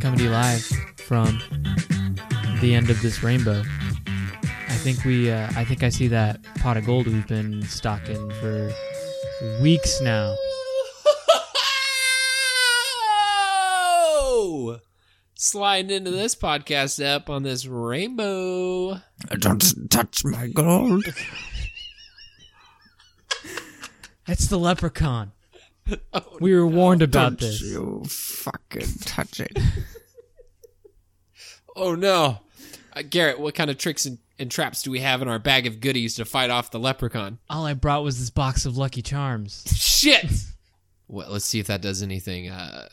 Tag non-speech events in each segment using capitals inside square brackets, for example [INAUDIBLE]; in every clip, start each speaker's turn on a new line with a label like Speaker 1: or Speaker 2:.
Speaker 1: coming to you live from the end of this rainbow. I think we, uh, I think I see that pot of gold we've been stocking for weeks now.
Speaker 2: Sliding into this podcast up on this rainbow.
Speaker 3: Don't touch my gold.
Speaker 1: That's the leprechaun.
Speaker 2: [LAUGHS] Oh,
Speaker 1: We were warned about
Speaker 3: Don't
Speaker 1: this.
Speaker 3: you fucking
Speaker 2: [LAUGHS]
Speaker 3: touch it.
Speaker 2: oh no. Uh, Garrett, what kind of tricks and, and traps do we have in our bag of goodies to fight off the leprechaun?
Speaker 1: All I brought was this box of Lucky Charms.
Speaker 2: Shit! well, let's see if that does anything. Uh,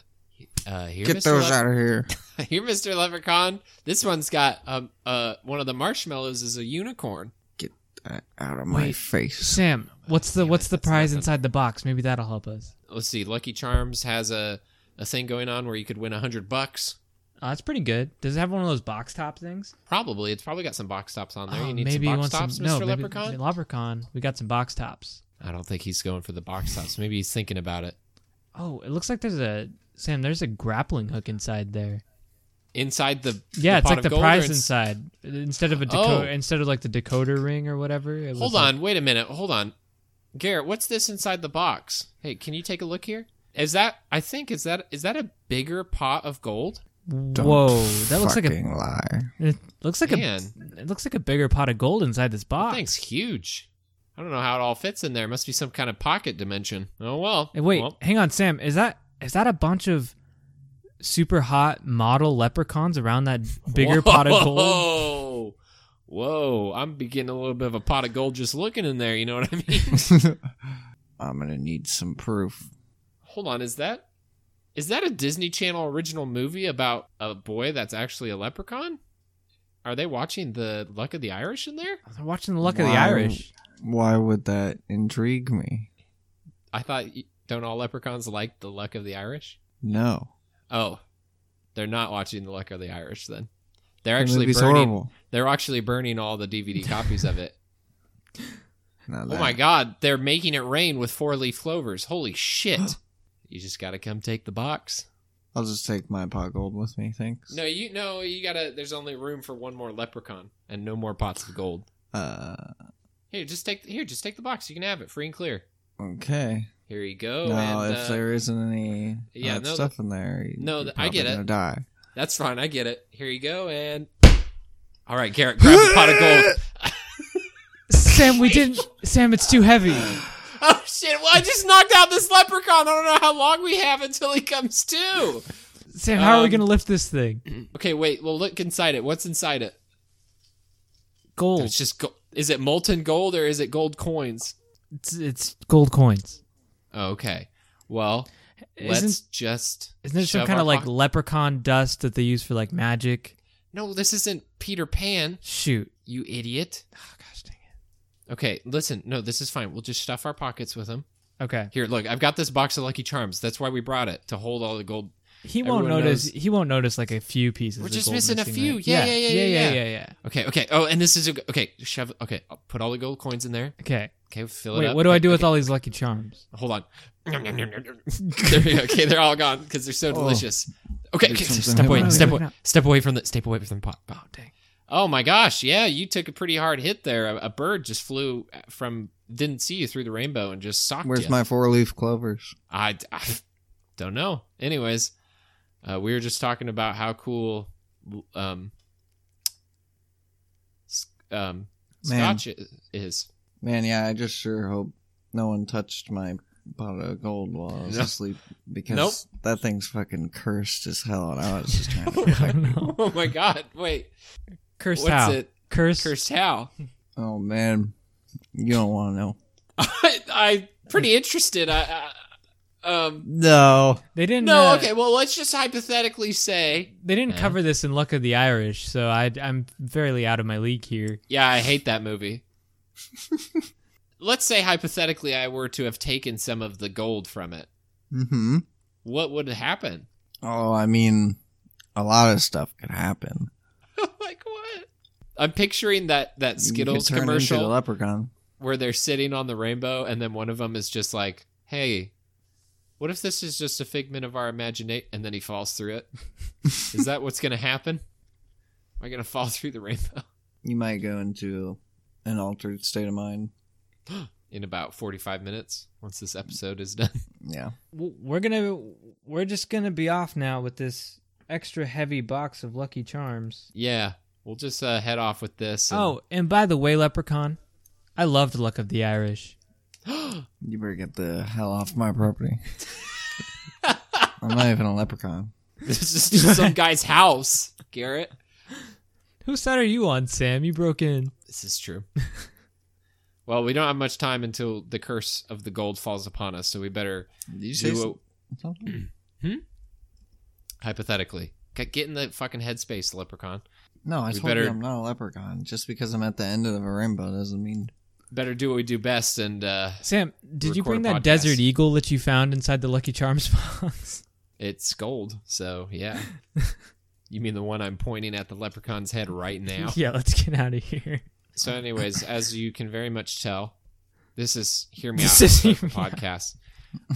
Speaker 2: uh, here,
Speaker 3: Get
Speaker 2: Mr.
Speaker 3: those
Speaker 2: Lep-
Speaker 3: out
Speaker 2: [LAUGHS]
Speaker 3: of here.
Speaker 2: Here, Mr. Leprechaun. This one's got um uh one of the marshmallows is a unicorn.
Speaker 3: Get that out of my
Speaker 1: Wait.
Speaker 3: face.
Speaker 1: Sam, what's the
Speaker 2: Damn it,
Speaker 1: what's the
Speaker 2: that's
Speaker 1: prize
Speaker 2: nothing.
Speaker 1: inside the box? Maybe that'll help us.
Speaker 2: Let's see. Lucky Charms has a a thing going on where you could win a hundred bucks.
Speaker 1: Oh, that's pretty good. Does it have one of those box top things?
Speaker 2: Probably, it's probably got some box tops on there.
Speaker 1: Oh,
Speaker 2: you need
Speaker 1: maybe
Speaker 2: some
Speaker 1: you
Speaker 2: box
Speaker 1: want
Speaker 2: tops,
Speaker 1: some-
Speaker 2: Mr.
Speaker 1: no, maybe-
Speaker 2: Leprechaun.
Speaker 1: Leprechaun. We got some box tops.
Speaker 2: I don't think he's going for the box tops. Maybe he's thinking about it.
Speaker 1: Oh, it looks like there's a Sam. There's a grappling hook inside there.
Speaker 2: Inside the
Speaker 1: Yeah, it's like
Speaker 2: pot of
Speaker 1: the
Speaker 2: gold or
Speaker 1: prize
Speaker 2: ins-
Speaker 1: inside instead of a
Speaker 2: Oh.
Speaker 1: deco- instead of like the decoder ring or whatever. It was
Speaker 2: Hold
Speaker 1: like-
Speaker 2: on, wait a minute. Hold on, Garrett. What's this inside the box? Hey, can you take a look here? Is that I think is that is that a bigger pot of gold?
Speaker 3: Don't
Speaker 1: Whoa, that looks like a
Speaker 3: fucking lie.
Speaker 1: it looks like
Speaker 2: Man.
Speaker 1: a it looks like a bigger pot of gold inside this box.
Speaker 2: Thing's huge. I don't know how it all fits in there. Must be some kind of pocket dimension. Oh well.
Speaker 1: Hey, wait,
Speaker 2: Well,
Speaker 1: hang on, Sam. Is that is that a bunch of super hot model leprechauns around that bigger pot of gold?
Speaker 2: [LAUGHS] Whoa. Whoa. I'm beginning a little bit of a pot of gold just looking in there. You know what I mean? [LAUGHS]
Speaker 3: I'm gonna need some proof.
Speaker 2: Hold on. Is that is that a Disney Channel original movie about a boy that's actually a leprechaun? Are they watching the Luck of the Irish in there?
Speaker 1: They're watching the luck of the
Speaker 3: Wow.
Speaker 1: Irish.
Speaker 3: Why would that intrigue me?
Speaker 2: I thought don't all leprechauns like the Luck of the Irish?
Speaker 3: No.
Speaker 2: Oh, they're not watching the Luck of the Irish then. They're
Speaker 3: The
Speaker 2: actually
Speaker 3: movie's
Speaker 2: burning.
Speaker 3: horrible.
Speaker 2: They're actually burning all the
Speaker 3: [LAUGHS]
Speaker 2: DVD copies of it.
Speaker 3: Now
Speaker 2: Oh
Speaker 3: that-
Speaker 2: my god, they're making it rain with four leaf clovers. Holy shit. [GASPS] you just gotta come take the box.
Speaker 3: I'll just take my pot gold with me, thanks.
Speaker 2: No, you no, you gotta there's only room for one more leprechaun and no more pots of gold.
Speaker 3: Uh,
Speaker 2: Here, just take here, just take the box. You can have it free and clear.
Speaker 3: okay.
Speaker 2: Here you go.
Speaker 3: now,
Speaker 2: and,
Speaker 3: if
Speaker 2: uh,
Speaker 3: there isn't any
Speaker 2: yeah,
Speaker 3: hot
Speaker 2: no,
Speaker 3: stuff in there, you-
Speaker 2: no,
Speaker 3: you're
Speaker 2: th- I get
Speaker 3: probably
Speaker 2: it.
Speaker 3: Gonna die.
Speaker 2: that's fine, I get it. Here you go and all right, Garrett, grab the pot
Speaker 1: [LAUGHS]
Speaker 2: of gold.
Speaker 1: Sam, we didn't. Sam, it's too heavy.
Speaker 2: Oh shit! Well, I just knocked out this leprechaun. I don't know how long we have until he comes to.
Speaker 1: Sam, how are we
Speaker 2: Um,
Speaker 1: gonna lift this thing?
Speaker 2: Okay, wait. Well, look inside it. What's inside it?
Speaker 1: Gold.
Speaker 2: It's just. Go- is it molten gold or is it gold coins?
Speaker 1: It's, it's gold coins.
Speaker 2: Oh, okay. Well, let's
Speaker 1: Isn't
Speaker 2: just.
Speaker 1: isn't there some
Speaker 2: shove
Speaker 1: kind
Speaker 2: our
Speaker 1: of like
Speaker 2: pock-
Speaker 1: leprechaun dust that they use for like magic?
Speaker 2: no, this isn't Peter Pan.
Speaker 1: Shoot.
Speaker 2: You idiot.
Speaker 1: Oh, gosh dang it.
Speaker 2: Okay, listen. No, this is fine. We'll just stuff our pockets with them.
Speaker 1: Okay.
Speaker 2: Here, look. I've got this box of Lucky Charms. That's why we brought it to hold all the gold.
Speaker 1: He won't
Speaker 2: Everyone
Speaker 1: notice.
Speaker 2: knows-
Speaker 1: He won't notice like a few pieces.
Speaker 2: We're
Speaker 1: of
Speaker 2: just
Speaker 1: gold
Speaker 2: missing a
Speaker 1: missing,
Speaker 2: few.
Speaker 1: right?
Speaker 2: Yeah, yeah, yeah,
Speaker 1: yeah,
Speaker 2: yeah,
Speaker 1: yeah, yeah.
Speaker 2: Okay, okay. Oh, and this is a, okay. Shove. Okay, I'll put all the gold coins in there.
Speaker 1: Okay.
Speaker 2: Okay, fill it
Speaker 1: Wait,
Speaker 2: up.
Speaker 1: what do I do with
Speaker 2: Okay,
Speaker 1: all these Lucky Charms?
Speaker 2: Hold on. [LAUGHS] There we go. okay, they're all gone because they're so delicious. Okay,
Speaker 3: There's
Speaker 2: okay,
Speaker 3: something
Speaker 2: step away,
Speaker 3: happening.
Speaker 2: step
Speaker 1: Oh,
Speaker 2: away,
Speaker 1: yeah.
Speaker 2: step away from the, step away from the pot. Oh dang! Oh my gosh, yeah, you took a pretty hard hit there. A, a bird just flew uh, from, didn't see you through the rainbow and just socked
Speaker 3: Where's
Speaker 2: you.
Speaker 3: my four leaf clovers?
Speaker 2: I, I don't know. Anyways, uh, we were just talking about how cool, um, s- um,
Speaker 3: Man.
Speaker 2: Scotch i- is. [LAUGHS]
Speaker 3: Man, yeah, I just sure hope no one touched my pot of gold while I was
Speaker 2: No.
Speaker 3: asleep because
Speaker 2: Nope.
Speaker 3: that thing's fucking cursed as hell, and I was just trying
Speaker 2: [LAUGHS]
Speaker 1: [LAUGHS]
Speaker 3: to.
Speaker 1: I don't know.
Speaker 2: Oh my god! Wait,
Speaker 1: Cursed
Speaker 2: what's
Speaker 1: how?
Speaker 2: it?
Speaker 1: Cursed.
Speaker 2: Cursed how? [LAUGHS]
Speaker 3: oh man, you don't want to know.
Speaker 2: I, I'm pretty interested. I, I, um,
Speaker 3: No,
Speaker 1: They didn't.
Speaker 2: no,
Speaker 1: uh,
Speaker 2: okay. Well, let's just hypothetically say,
Speaker 1: They didn't
Speaker 2: Yeah.
Speaker 1: cover this in Luck of the Irish, so I, I'm fairly out of my league here.
Speaker 2: yeah, I hate
Speaker 1: [LAUGHS]
Speaker 2: that movie. let's say hypothetically, I were to have taken some of the gold from it.
Speaker 3: hmm
Speaker 2: What would happen?
Speaker 3: Oh, I mean, a lot of stuff could happen.
Speaker 2: [LAUGHS] like what? I'm picturing that that
Speaker 3: You could
Speaker 2: Skittles
Speaker 3: turn
Speaker 2: commercial
Speaker 3: Into the leprechaun.
Speaker 2: where they're sitting on the rainbow, and then one of them is just like, "Hey, What if this is just a figment of our imagination and then he falls through
Speaker 3: [LAUGHS]
Speaker 2: it? is that what's going to happen? Am I going to fall through the rainbow [LAUGHS]
Speaker 3: You might go into an altered state of mind.
Speaker 2: in about 45 minutes once this episode is done? [LAUGHS]
Speaker 3: Yeah.
Speaker 1: W- We're gonna we're just gonna be off now with this extra heavy box of Lucky Charms.
Speaker 2: yeah. We'll just uh, head off with this.
Speaker 1: Oh, and by the way, Leprechaun, I loved Luck of the Irish.
Speaker 2: Oh.
Speaker 3: You better get the hell off my
Speaker 2: [LAUGHS]
Speaker 3: property. I'm not even a leprechaun.
Speaker 2: [LAUGHS] this is just some guy's house, Garrett.
Speaker 1: Whose side are you on, Sam? You broke in.
Speaker 2: This is true. well, we don't have much time until the curse of the gold falls upon us, so we better
Speaker 3: Did you say
Speaker 2: do what,
Speaker 3: so- something?
Speaker 2: hypothetically. Get get in the fucking headspace, leprechaun.
Speaker 3: No, I
Speaker 2: We
Speaker 3: told
Speaker 2: better-
Speaker 3: you I'm not a leprechaun. Just because I'm at the end of a rainbow doesn't mean.
Speaker 2: Better do what we do best and uh
Speaker 1: Sam, did you
Speaker 2: Record
Speaker 1: bring
Speaker 2: a
Speaker 1: that
Speaker 2: podcast.
Speaker 1: desert eagle that you found inside the Lucky Charms box?
Speaker 2: it's gold, so yeah. you mean the one I'm pointing at the leprechaun's head right now?
Speaker 1: [LAUGHS] yeah, let's get out of here.
Speaker 2: So, anyways, as you can very much tell, this is hear me
Speaker 1: This
Speaker 2: out [LAUGHS]
Speaker 1: is
Speaker 2: a
Speaker 1: Hear Me Out.
Speaker 2: podcast.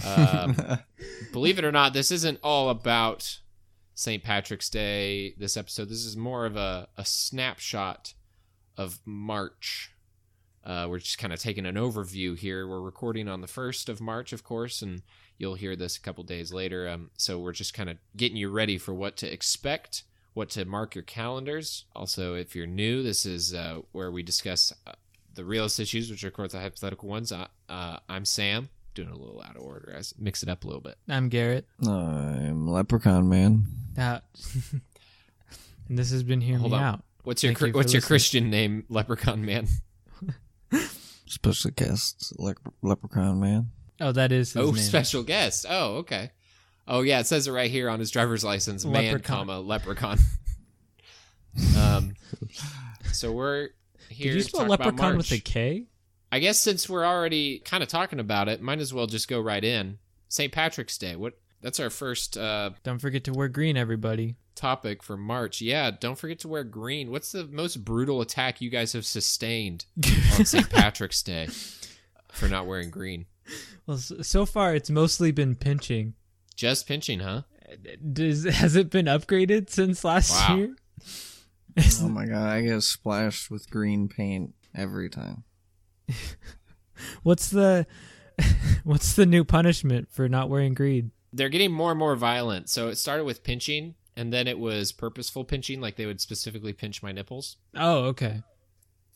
Speaker 2: Um, believe it or not, this isn't all about St. Patrick's Day. This episode, this is more of a, a snapshot of March. Uh, we're just kind of taking an overview here. We're recording on the first of March, of course, and you'll hear this a couple days later. Um, so we're just kind of getting you ready for what to expect, what to mark your calendars. Also, if you're new, this is uh, where we discuss uh, the realist issues, which are, of course, the hypothetical ones. Uh, uh, I'm Sam, doing it a little out of order. I s- mix it up a little bit.
Speaker 1: I'm Garrett.
Speaker 3: [LAUGHS] I'm leprechaun man.
Speaker 1: Uh, [LAUGHS] and this has been Hear
Speaker 2: Hold
Speaker 1: Me
Speaker 2: on.
Speaker 1: Out.
Speaker 2: What's your
Speaker 1: Thank
Speaker 2: cr-
Speaker 1: you for
Speaker 2: What's your
Speaker 1: listening.
Speaker 2: Christian name, Leprechaun Man?
Speaker 3: Special guest le- leprechaun man.
Speaker 1: Oh, that is his
Speaker 2: oh,
Speaker 1: name.
Speaker 2: special guest. Oh, okay. Oh yeah, it says it right here on his driver's license. Man,
Speaker 1: Leprechaun.
Speaker 2: comma Leprechaun. [LAUGHS] um, so we're here.
Speaker 1: Did you
Speaker 2: to
Speaker 1: spell
Speaker 2: talk
Speaker 1: leprechaun
Speaker 2: about
Speaker 1: with a
Speaker 2: March.
Speaker 1: K?
Speaker 2: I guess since we're already kind of talking about it, might as well just go right in. St. Patrick's Day. What? That's our first uh,
Speaker 1: Don't forget to wear green,
Speaker 2: [LAUGHS]
Speaker 1: everybody.
Speaker 2: topic for March. Yeah, don't forget to wear green. What's the most brutal attack you guys have sustained
Speaker 1: [LAUGHS]
Speaker 2: on St. Patrick's Day for not wearing green?
Speaker 1: well, s- so far it's mostly been pinching.
Speaker 2: Just pinching, huh?
Speaker 1: Does, has it been upgraded since last
Speaker 2: Wow.
Speaker 1: year?
Speaker 3: Oh my god, I get splashed with green paint every time.
Speaker 1: What's the [LAUGHS] what's the new punishment for not wearing green?
Speaker 2: They're getting more and more violent. So it started with pinching, and then it was purposeful pinching, like they would specifically pinch my nipples.
Speaker 1: Oh, okay.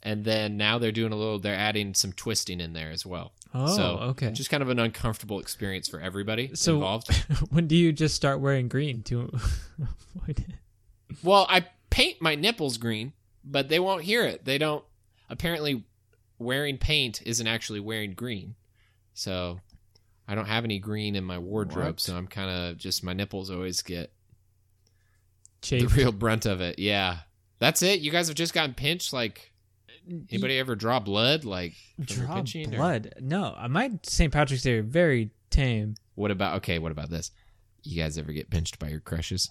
Speaker 2: And then now they're doing a little, they're adding some twisting in there as well.
Speaker 1: Oh,
Speaker 2: so,
Speaker 1: okay.
Speaker 2: Just kind of an uncomfortable experience for everybody
Speaker 1: So-
Speaker 2: involved.
Speaker 1: [LAUGHS]
Speaker 2: [LAUGHS]
Speaker 1: when do you just start wearing green to [LAUGHS] avoid it?
Speaker 2: Well, I paint my nipples green, but they won't hear it. They don't. Apparently, wearing paint isn't actually wearing green. So I don't have any green in my wardrobe.
Speaker 3: What?
Speaker 2: So I'm kind of just my nipples always get the
Speaker 1: Chafed.
Speaker 2: real brunt of it. Yeah, that's it. You guys have just gotten pinched. Like anybody ever draw blood? Like from your
Speaker 1: draw
Speaker 2: pinching, or-
Speaker 1: blood? No, I might. St. Patrick's Day are very tame.
Speaker 2: What about okay? What about this? You guys ever get pinched by
Speaker 1: [LAUGHS]
Speaker 2: your crushes?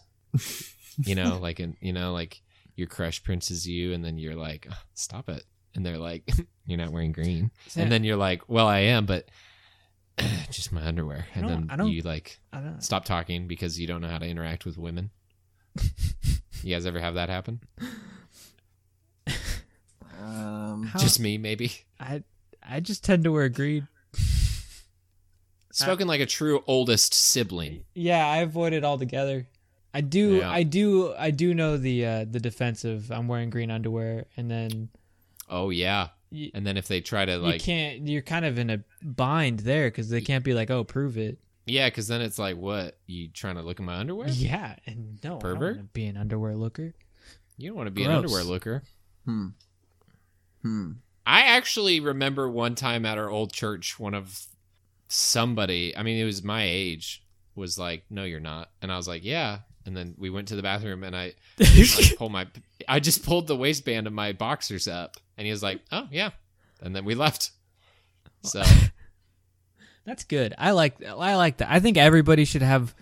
Speaker 2: you know, like and you know, like your crush pinches you, and then you're like, "Ugh, stop it, and they're like, [LAUGHS] you're not wearing green, and then you're like, well, I am, but [CLEARS THROAT] just my underwear,
Speaker 1: I
Speaker 2: and
Speaker 1: don't-
Speaker 2: then
Speaker 1: I don't-
Speaker 2: you like
Speaker 1: I [LAUGHS] don't,
Speaker 2: stop talking because you don't know how to interact with women. you guys ever have that happen?
Speaker 3: Um,
Speaker 1: How-
Speaker 2: Just me, maybe.
Speaker 1: I I just tend to wear green.
Speaker 2: Spoken like a true oldest sibling.
Speaker 1: Yeah, I avoid it altogether. I do,
Speaker 2: Yeah.
Speaker 1: I do, I do know the uh, the defensive. I'm wearing green underwear, and then
Speaker 2: Oh yeah.
Speaker 1: you,
Speaker 2: And then if they try to
Speaker 1: you
Speaker 2: like,
Speaker 1: can't. You're kind of in a bind there because they can't be like, "Oh, prove it."
Speaker 2: yeah, because then it's like, what? You trying to look at my underwear?
Speaker 1: Yeah, and no, I
Speaker 2: Pervert?
Speaker 1: don't wanna be an underwear looker.
Speaker 2: [LAUGHS] You don't want to be an
Speaker 1: Gross.
Speaker 2: underwear looker.
Speaker 3: hmm. Hmm.
Speaker 2: I actually remember one time at our old church, one of somebody, I mean, it was my age, was like, no, you're not. And I was like, yeah. And then we went to the bathroom
Speaker 1: [LAUGHS]
Speaker 2: and I just like pulled my, I just pulled the waistband of my boxers up. And he was like, oh, yeah. And then we left. So
Speaker 1: [LAUGHS] That's good. I like. I like that. I think everybody should have.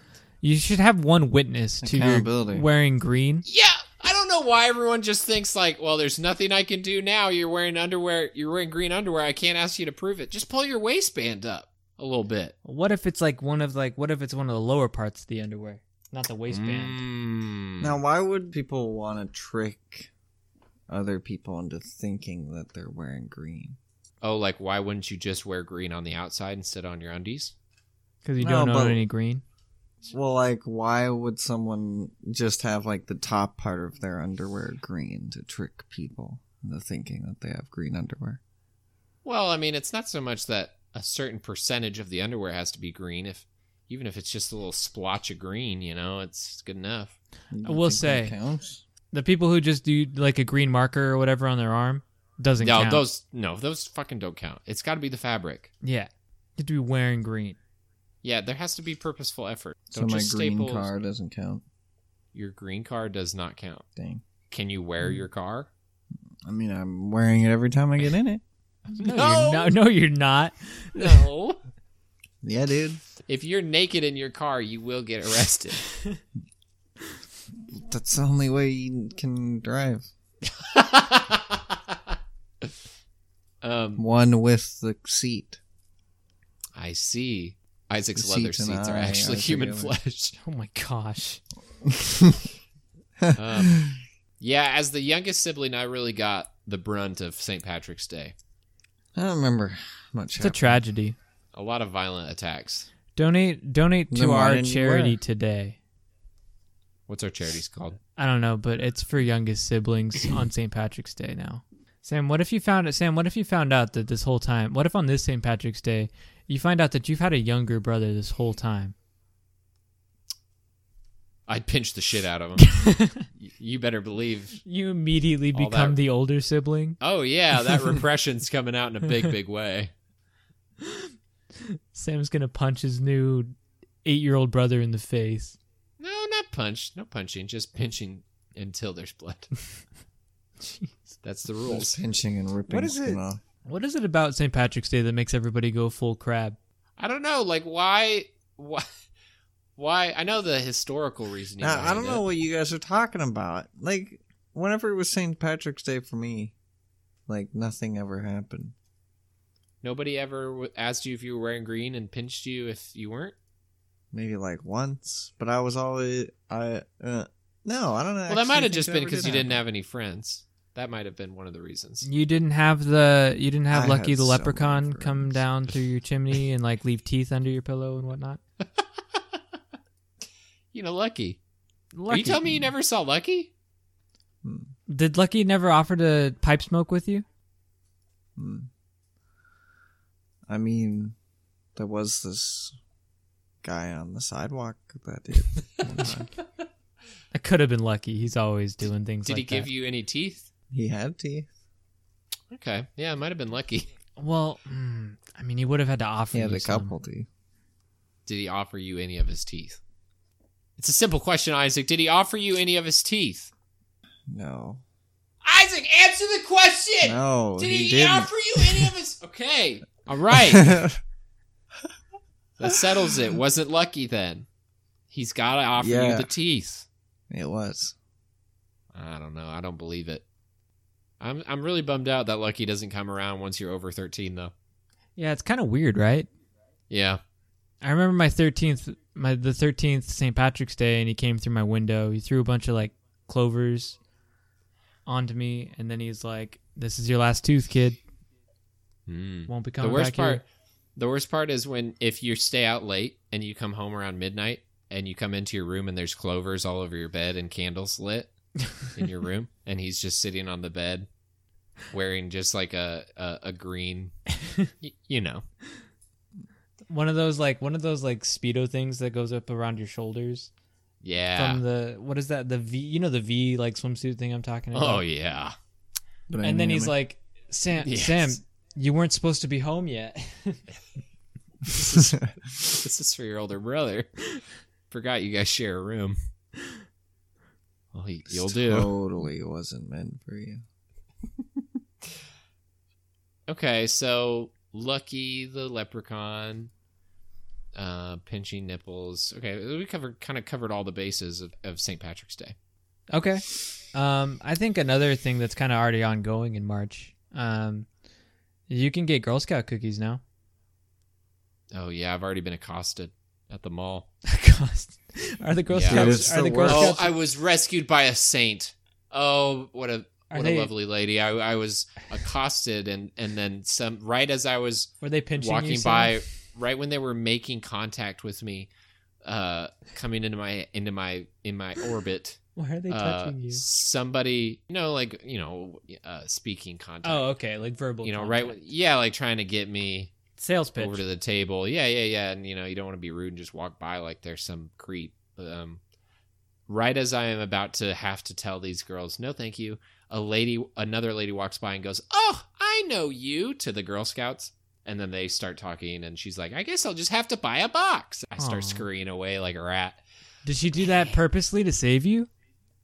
Speaker 1: You should have one witness to your
Speaker 3: Accountability.
Speaker 1: wearing green.
Speaker 2: Yeah, I don't know why everyone just thinks like, well, there's nothing I can do now. You're wearing underwear. You're wearing green underwear. I can't ask you to prove it. Just pull your waistband up. a little bit.
Speaker 1: What if it's like one of like what if it's one of the lower parts of the underwear, not the waistband?
Speaker 2: Mm.
Speaker 3: Now, why would people want to trick other people into thinking that they're wearing green?
Speaker 2: Oh, like why wouldn't you just wear green on the outside and sit on your undies?
Speaker 1: Because you
Speaker 3: No,
Speaker 1: don't own
Speaker 3: but-
Speaker 1: any green.
Speaker 3: Well, like, why would someone just have like the top part of their underwear green to trick people into thinking that they have green underwear?
Speaker 2: Well, I mean, it's not so much that a certain percentage of the underwear has to be green. If even if it's just a little splotch of green, you know, it's good enough.
Speaker 3: You
Speaker 1: I will
Speaker 3: think that
Speaker 1: say-
Speaker 3: counts?
Speaker 1: The people who just do like a green marker or whatever on their arm doesn't
Speaker 2: no,
Speaker 1: count.
Speaker 2: those no, those fucking don't count. It's got to be the fabric.
Speaker 1: yeah, you have to be wearing green.
Speaker 2: Yeah, there has to be purposeful effort.
Speaker 3: So
Speaker 2: Don't
Speaker 3: my green
Speaker 2: just staple
Speaker 3: car doesn't count.
Speaker 2: your green car does not count.
Speaker 3: Dang.
Speaker 2: Can you wear your car?
Speaker 3: I mean, I'm wearing it every time I get in it.
Speaker 1: No, you're not, no, you're not.
Speaker 2: [LAUGHS] no.
Speaker 3: Yeah, dude.
Speaker 2: [LAUGHS] If you're naked in your car, you will get [LAUGHS] arrested.
Speaker 3: That's the only way you can drive.
Speaker 2: um,
Speaker 3: One with the seat. [LAUGHS]
Speaker 2: I see. Isaac's
Speaker 3: The
Speaker 2: leather
Speaker 3: seats and
Speaker 2: seats are
Speaker 3: I
Speaker 2: actually
Speaker 3: are
Speaker 2: human
Speaker 3: together.
Speaker 2: [LAUGHS] flesh.
Speaker 1: Oh my gosh.
Speaker 2: Um, yeah, as the youngest sibling, I really got the brunt of St. Patrick's Day.
Speaker 3: I don't remember much.
Speaker 1: It's a
Speaker 3: happened.
Speaker 1: tragedy.
Speaker 2: A lot of violent attacks.
Speaker 1: Donate donate
Speaker 3: Then
Speaker 1: to
Speaker 3: why
Speaker 1: our
Speaker 3: didn't you
Speaker 1: charity
Speaker 3: wear?
Speaker 1: today.
Speaker 2: What's our charities called?
Speaker 1: I don't know, but it's for youngest siblings
Speaker 3: [CLEARS THROAT]
Speaker 1: on St. Patrick's Day now. Sam, what if you found Sam, what if you found out that this whole time, what if on this St. Patrick's Day, you find out that you've had a younger brother this whole
Speaker 3: [LAUGHS]
Speaker 1: time?
Speaker 2: I'd pinch the shit out of [LAUGHS] them. you better believe.
Speaker 1: You immediately
Speaker 2: All
Speaker 1: become
Speaker 2: that-
Speaker 1: the older sibling.
Speaker 2: Oh yeah, that repression's coming out in a big, big way.
Speaker 1: Sam's going to punch his new 8-year-old brother in the face. [LAUGHS]
Speaker 2: No, not punch. No punching. Just pinching until there's blood. [LAUGHS] That's the
Speaker 3: Just
Speaker 2: rules.
Speaker 3: pinching and ripping
Speaker 1: What is it?
Speaker 3: skin off.
Speaker 1: What is it about St. Patrick's Day that makes everybody go full crab?
Speaker 2: I don't know. Like why? Why? Why? I know the historical reasoning.
Speaker 3: Now, I
Speaker 2: behind
Speaker 3: don't
Speaker 2: it.
Speaker 3: know what you guys are talking about. Like, whenever it was St. Patrick's Day for me, like nothing ever happened.
Speaker 2: Nobody ever w- asked you if you were wearing green and pinched you if you weren't.
Speaker 3: Maybe like once, but I was always I. Uh, no, I don't know.
Speaker 2: Well, that might have just been because you didn't have any friends. That might have been one of the reasons.
Speaker 1: You didn't have the you didn't have
Speaker 3: I
Speaker 1: Lucky
Speaker 3: had
Speaker 1: the
Speaker 3: so many
Speaker 1: leprechaun come
Speaker 3: friends.
Speaker 1: down through your
Speaker 3: [LAUGHS]
Speaker 1: chimney and like leave teeth under your pillow and whatnot.
Speaker 2: You know, Lucky. Are
Speaker 1: Lucky.
Speaker 2: you telling me you never saw Lucky?
Speaker 1: Did Lucky never offer to pipe smoke with you?
Speaker 3: Hmm, I mean, there was this guy on the sidewalk that did. one time.
Speaker 1: I could have been lucky. He's always doing things.
Speaker 2: Did
Speaker 1: like
Speaker 2: he give
Speaker 1: that.
Speaker 2: you any teeth?
Speaker 3: he had teeth.
Speaker 2: Okay. Yeah, it might have been Lucky. [LAUGHS]
Speaker 1: Well, mm, I mean, he would have had to offer.
Speaker 3: He had
Speaker 1: you
Speaker 3: a
Speaker 1: some.
Speaker 3: couple teeth.
Speaker 2: Did he offer you any of his teeth? It's a simple question, Isaac. Did he offer you any of his teeth?
Speaker 3: No,
Speaker 2: Isaac, answer the question.
Speaker 3: no,
Speaker 2: Did
Speaker 3: he
Speaker 2: he,
Speaker 3: didn't.
Speaker 2: offer you any of
Speaker 3: [LAUGHS]
Speaker 2: his? Okay. All right. that settles it. Wasn't lucky then. He's got to offer you
Speaker 3: Yeah.
Speaker 2: the teeth.
Speaker 3: [LAUGHS] it was.
Speaker 2: I don't know. I don't believe it. I'm I'm really bummed out that lucky doesn't come around once you're over 13 though.
Speaker 1: Yeah, it's kind of weird, right?
Speaker 2: Yeah.
Speaker 1: I remember my thirteenth, my the thirteenth St. Patrick's Day, and he came through my window. He threw a bunch of like clovers onto me, and then he's like, "This is your last tooth, kid.
Speaker 2: Hmm.
Speaker 1: Won't be
Speaker 2: The
Speaker 1: coming
Speaker 2: worst
Speaker 1: back
Speaker 2: part
Speaker 1: here."
Speaker 2: the worst part is when if you stay out late and you come home around midnight and you come into your room and there's clovers all over your bed and candles lit
Speaker 1: [LAUGHS]
Speaker 2: in your room and he's just sitting on the bed wearing just like a a, a green y- you know.
Speaker 1: One of those like one of those like speedo things that goes up around your shoulders
Speaker 2: Yeah.
Speaker 1: from the what is that the V? You know the V like swimsuit thing I'm talking about.
Speaker 2: oh yeah.
Speaker 3: But I
Speaker 1: and then
Speaker 3: knew
Speaker 1: he's
Speaker 3: [LAUGHS] him.
Speaker 1: like, Sam,
Speaker 2: Yes.
Speaker 1: Sam, you weren't supposed to be home yet. [LAUGHS]
Speaker 2: This is for your older brother. [LAUGHS] Forgot you guys share a room. Well, he, you'll do.
Speaker 3: Totally wasn't meant for you.
Speaker 2: Okay, so Lucky the leprechaun, uh, pinching nipples. Okay, we covered kind of covered all the bases of, of St. Patrick's Day.
Speaker 1: okay. Um, I think another thing that's kind of already ongoing in March, um, you can get Girl Scout cookies now.
Speaker 2: Oh yeah, I've already been accosted at the mall.
Speaker 1: [LAUGHS] Cost. Are the Girl
Speaker 2: Yeah. Dude,
Speaker 1: Scouts
Speaker 3: it's
Speaker 1: are the,
Speaker 3: the
Speaker 1: Girl
Speaker 3: worst.
Speaker 2: Oh,
Speaker 1: Scouts
Speaker 2: I was rescued by a saint. Oh, what a
Speaker 1: Are
Speaker 2: what
Speaker 1: they-
Speaker 2: a lovely lady. I, I was accosted and and then some right as I was
Speaker 1: were they pinching you,
Speaker 2: walking
Speaker 1: Sam?
Speaker 2: by right when they were making contact with me uh coming into my into my in my orbit
Speaker 1: [LAUGHS] Why are they
Speaker 2: uh,
Speaker 1: touching you?
Speaker 2: somebody you know like you know uh speaking contact
Speaker 1: Oh, okay, like verbal.
Speaker 2: you know right
Speaker 1: contact.
Speaker 2: when- yeah like trying to get me
Speaker 1: sales pitch.
Speaker 2: over to the table. Yeah, yeah, yeah. And you know, you don't want to be rude and just walk by like there's some creep. Um, right as I am about to have to tell these girls, no, thank you. A lady, another lady walks by and goes, "Oh, I know you," to the Girl Scouts, and then they start talking, and she's like, "I guess I'll just have to buy a box." I start
Speaker 1: Aw.
Speaker 2: scurrying away like a rat.
Speaker 1: Did she do that purposely to save you?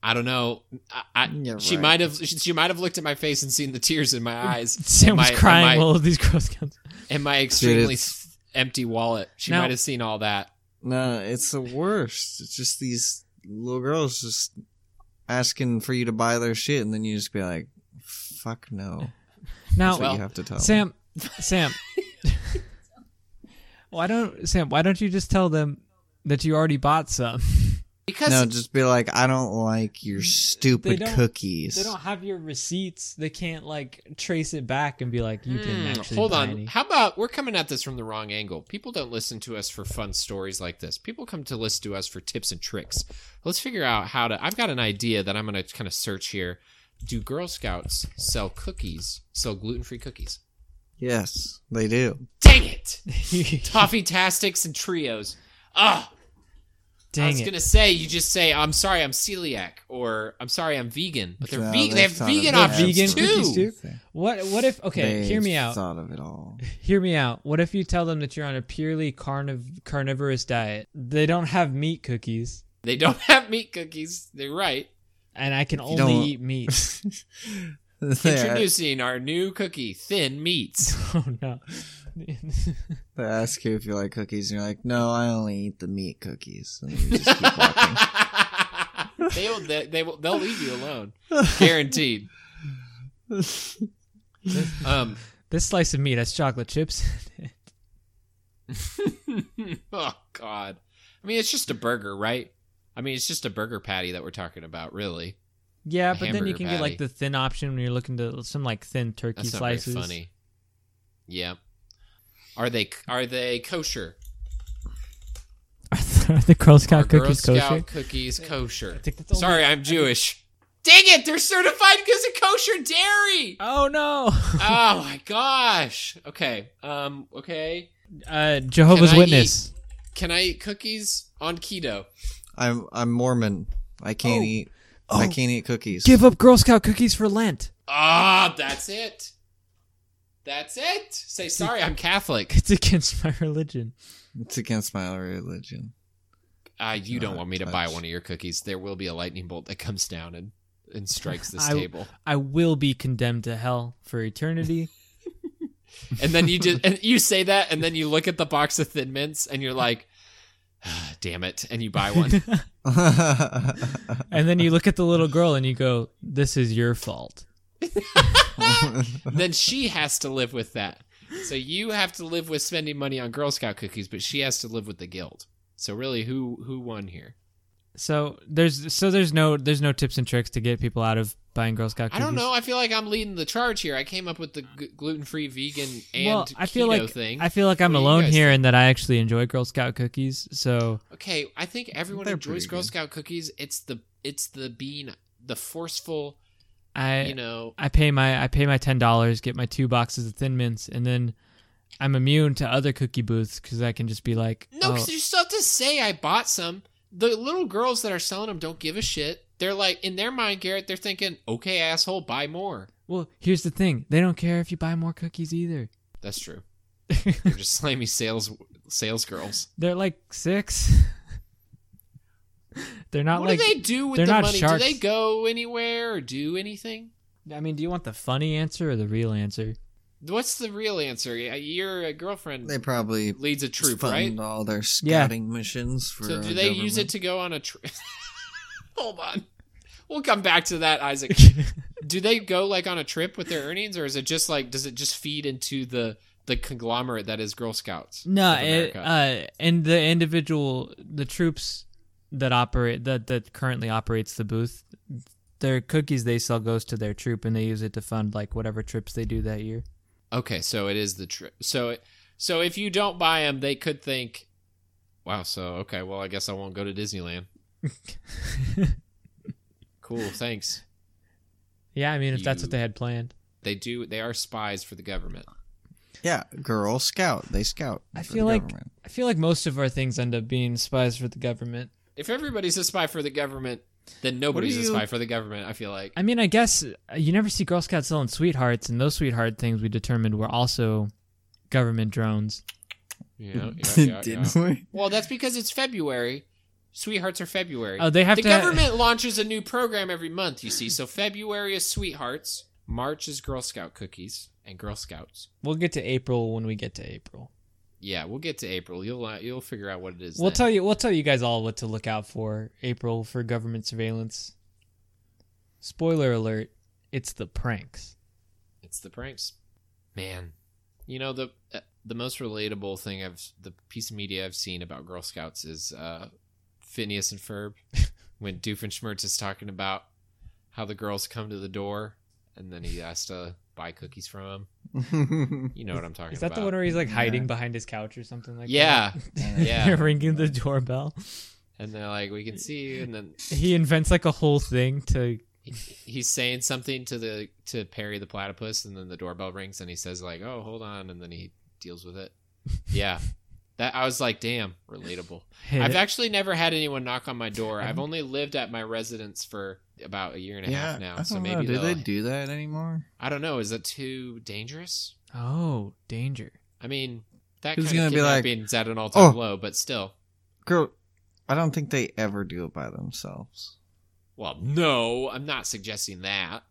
Speaker 2: I don't know. I, I,
Speaker 3: Yeah,
Speaker 2: she
Speaker 3: right.
Speaker 2: might have. She, she might have looked at my face and seen the tears
Speaker 1: [LAUGHS]
Speaker 2: in my eyes
Speaker 1: [LAUGHS] Sam was
Speaker 2: my- and
Speaker 1: crying
Speaker 2: my-
Speaker 1: while all of these Girl Scouts.
Speaker 2: and my extremely
Speaker 3: it's-
Speaker 2: th- empty wallet. She
Speaker 1: Now-
Speaker 2: might have seen all that.
Speaker 3: No, it's the worst. It's just these little girls just asking for you to buy their shit, and then you just be like, "Fuck no."
Speaker 1: Now,
Speaker 3: That's what
Speaker 2: well,
Speaker 3: you have to tell them.
Speaker 1: Sam, [LAUGHS] Sam, why don't Sam? Why don't you just tell them that you already bought some?
Speaker 2: Because
Speaker 3: No, just be like, "I don't like your stupid
Speaker 1: don't- [LAUGHS]
Speaker 3: cookies."
Speaker 1: They don't have your receipts. They can't like trace it back and be like, you can
Speaker 2: Mm,
Speaker 1: actually
Speaker 2: hold
Speaker 1: buy [LAUGHS]
Speaker 2: on.
Speaker 1: any.
Speaker 2: How about we're coming at this from the wrong angle? People don't listen to us for fun stories like this. People come to listen to us for tips and tricks. Let's figure out how to. I've got an idea that I'm going to kind of search here. Do Girl Scouts sell cookies? Sell gluten free cookies?
Speaker 3: Yes, they do.
Speaker 2: Dang it! Toffee Tastics and Trios. Ah, I
Speaker 1: Dang
Speaker 2: was
Speaker 1: it!
Speaker 2: gonna say you just say I'm sorry I'm celiac or I'm sorry I'm vegan, but they're
Speaker 3: No,
Speaker 2: vegan. They
Speaker 3: they've
Speaker 2: have
Speaker 3: thought of
Speaker 2: vegan
Speaker 3: it.
Speaker 2: options
Speaker 1: Vegan
Speaker 2: too.
Speaker 1: cookies too? What? What if? Okay,
Speaker 3: They've
Speaker 1: hear me out.
Speaker 3: Thought of it all.
Speaker 2: [LAUGHS]
Speaker 1: Hear me out. What if you tell them that you're on a purely carniv- carnivorous diet? They don't have meat cookies,
Speaker 2: They don't have meat cookies. They're right.
Speaker 1: and I can only
Speaker 3: don't-
Speaker 1: eat [LAUGHS] meat.
Speaker 3: they,
Speaker 2: Introducing our new cookie, Thin
Speaker 1: [LAUGHS]
Speaker 2: Meats.
Speaker 1: oh no!
Speaker 3: they ask you if you like cookies, and you're like, "No, I only eat the meat cookies." And you just
Speaker 2: [LAUGHS]
Speaker 3: keep walking.
Speaker 2: they'll they, they will they'll leave you alone, guaranteed.
Speaker 1: [LAUGHS]
Speaker 2: Um,
Speaker 1: this slice of meat has chocolate chips. in it.
Speaker 2: oh God, I mean it's just a burger, right? I mean it's just a burger patty that we're talking about, really.
Speaker 1: yeah,
Speaker 2: A
Speaker 1: but then you
Speaker 2: hamburger
Speaker 1: can get like
Speaker 2: patty.
Speaker 1: the thin option when you're looking to some like thin turkey
Speaker 2: That's not
Speaker 1: slices.
Speaker 2: very funny. Yeah, are they are they kosher?
Speaker 1: [LAUGHS] Are the Girl
Speaker 2: Are
Speaker 1: Scout
Speaker 2: Girl
Speaker 1: cookies
Speaker 2: Scout
Speaker 1: kosher?
Speaker 2: cookies kosher?
Speaker 1: think that's only-
Speaker 2: Sorry, I'm Jewish. Dang it, they're certified because of kosher dairy.
Speaker 1: Oh no! [LAUGHS]
Speaker 2: oh my gosh. Okay. Um. Okay.
Speaker 1: Uh, Jehovah's
Speaker 2: Can I
Speaker 1: Witness.
Speaker 2: Can I eat cookies on keto?
Speaker 3: [LAUGHS] I'm I'm Mormon. I can't
Speaker 1: Oh.
Speaker 3: eat.
Speaker 1: Oh.
Speaker 3: I can't eat cookies.
Speaker 1: Give up Girl Scout cookies for Lent. [LAUGHS]
Speaker 2: Ah, that's it. That's it. Say sorry. I'm Catholic.
Speaker 1: It's against my religion.
Speaker 3: It's against my
Speaker 1: [LAUGHS]
Speaker 3: religion.
Speaker 2: Uh, you don't
Speaker 3: Not
Speaker 2: want me to buy
Speaker 3: touch.
Speaker 2: one of your cookies. There will be a lightning bolt that comes down and and strikes this
Speaker 1: I-
Speaker 2: table.
Speaker 1: I will be condemned to hell for eternity. [LAUGHS]
Speaker 2: And then you just and you say that, and then you look at the box of Thin Mints, and you're like, [SIGHS] "Ah, "Damn it!" And you buy one.
Speaker 1: and then you look at the little girl and you go, "This is your fault."
Speaker 2: then she has to live with that. So you have to live with spending money on Girl Scout cookies, but she has to live with the guilt. So really, who who won here?
Speaker 1: So there's so there's no there's no tips and tricks to get people out of buying Girl Scout.
Speaker 2: I
Speaker 1: Cookies.
Speaker 2: don't know. I feel like I'm leading the charge here. I came up with the g- gluten-free, vegan, and
Speaker 1: well, I feel
Speaker 2: keto
Speaker 1: like
Speaker 2: thing.
Speaker 1: I feel like I'm
Speaker 2: What do you
Speaker 1: alone
Speaker 2: guys
Speaker 1: here in that I actually enjoy Girl Scout cookies. So
Speaker 2: okay, I think everyone
Speaker 3: They're
Speaker 2: enjoys
Speaker 3: pretty
Speaker 2: Girl
Speaker 3: good.
Speaker 2: Scout cookies. It's the it's the being the forceful,
Speaker 1: I
Speaker 2: you know.
Speaker 1: I pay my I pay my ten dollars, get my two boxes of Thin Mints, and then I'm immune to other cookie booths because I can just be like,
Speaker 2: No,
Speaker 1: oh,
Speaker 2: because you still have to say I bought some. The little girls that are selling them don't give a shit. They're like in their mind, Garrett. They're thinking, okay, asshole, buy more.
Speaker 1: well, here's the thing: they don't care if you buy more cookies either.
Speaker 2: That's
Speaker 1: [LAUGHS]
Speaker 2: true. They're just slimy sales sales girls.
Speaker 1: They're like six. [LAUGHS] They're not
Speaker 2: what
Speaker 1: like.
Speaker 2: do they do with
Speaker 1: they're
Speaker 2: the
Speaker 1: not
Speaker 2: money?
Speaker 1: sharks.
Speaker 2: Do they go anywhere or do anything?
Speaker 1: I mean, do you want the funny answer or the real
Speaker 2: [LAUGHS]
Speaker 1: answer?
Speaker 2: What's the real answer? Y- Your uh, girlfriend
Speaker 3: they probably
Speaker 2: leads a troop, right?
Speaker 3: fund all their
Speaker 1: Yeah.
Speaker 3: scouting missions for.
Speaker 2: So
Speaker 3: our
Speaker 2: do they use it
Speaker 3: government.
Speaker 2: to go on a trip? [LAUGHS] Hold on. We'll come back to that,
Speaker 1: [LAUGHS]
Speaker 2: Isaac. do they go like on a trip with their earnings or is it just like does it just feed into the the conglomerate that is Girl Scouts.
Speaker 1: No,
Speaker 2: of
Speaker 1: it,
Speaker 2: America.
Speaker 1: uh, and the individual, the troops that operate that that currently operates the booth, their cookies they sell goes to their troop, and they use it to fund like whatever trips they do that year.
Speaker 2: okay, so it is the trip. So it, so if you don't buy them, they could think, "Wow, so okay, well, I guess I won't go
Speaker 1: [LAUGHS]
Speaker 2: to Disneyland." cool, thanks.
Speaker 1: yeah, I mean, if that's what
Speaker 2: You-
Speaker 1: they had planned,
Speaker 2: They do. They are spies for the government.
Speaker 3: Yeah, Girl Scout. They scout.
Speaker 1: I
Speaker 3: for
Speaker 1: feel
Speaker 3: the
Speaker 1: like-
Speaker 3: government.
Speaker 1: I feel like most of our things end up being spies for the government.
Speaker 2: If everybody's a spy for the government, then nobody's
Speaker 3: you-
Speaker 2: a spy for the government. I feel like.
Speaker 1: I mean, I guess uh, you never see Girl Scouts selling sweethearts, and those sweetheart things we determined were also government drones. [LAUGHS]
Speaker 3: [LAUGHS]
Speaker 2: Yeah, yeah, yeah, yeah.
Speaker 3: Didn't we?
Speaker 2: Well, that's because it's February. Sweethearts are February.
Speaker 1: Oh, they have
Speaker 2: the
Speaker 1: to.
Speaker 2: government launches a new program every month, you see. So February is Sweethearts, March is Girl Scout cookies and Girl Scouts.
Speaker 1: We'll get to April when we get to April.
Speaker 2: Yeah, we'll get to April. You'll uh, you'll figure out what it is.
Speaker 1: We'll
Speaker 2: then.
Speaker 1: tell you. We'll tell you guys all what to look out for April for government surveillance. Spoiler alert: It's the pranks.
Speaker 2: It's the pranks, man. You know the uh, the most relatable thing I've the piece of media I've seen about Girl Scouts is uh, Phineas and Ferb [LAUGHS] when Doofenshmirtz is talking about how the girls come to the door and then he has to buy cookies from them.
Speaker 3: [LAUGHS]
Speaker 2: You know what I'm talking
Speaker 1: Is that
Speaker 2: about?
Speaker 1: the one where he's like
Speaker 3: Yeah.
Speaker 1: hiding behind his couch or something like [LAUGHS]
Speaker 2: yeah,
Speaker 1: that?
Speaker 2: yeah.
Speaker 1: They're ringing the doorbell.
Speaker 2: and they're like, "We can see you," and then
Speaker 1: He invents like a whole thing to.
Speaker 2: he- he's saying something to the to Perry the platypus, and then the doorbell rings, and he says like, "Oh, hold on," and then he deals with
Speaker 3: [LAUGHS]
Speaker 2: it. Yeah, that I was like, "Damn, relatable."
Speaker 1: Hit
Speaker 2: I've
Speaker 1: it.
Speaker 2: actually never had anyone knock on my door. I've only lived at my residence for about a year and a
Speaker 3: yeah,
Speaker 2: half now,
Speaker 3: I don't
Speaker 2: so
Speaker 3: know.
Speaker 2: maybe
Speaker 3: Do
Speaker 2: they'll-
Speaker 3: they do that anymore?
Speaker 2: I don't know. Is that too dangerous?
Speaker 1: oh, danger!
Speaker 2: I mean, that
Speaker 3: Who's
Speaker 2: kind of
Speaker 3: gonna be like,
Speaker 2: kidnapping's at an all time
Speaker 3: "Oh."
Speaker 2: low, but still.
Speaker 3: Girl, I don't think they ever do it by themselves.
Speaker 2: Well, no, I'm not suggesting that.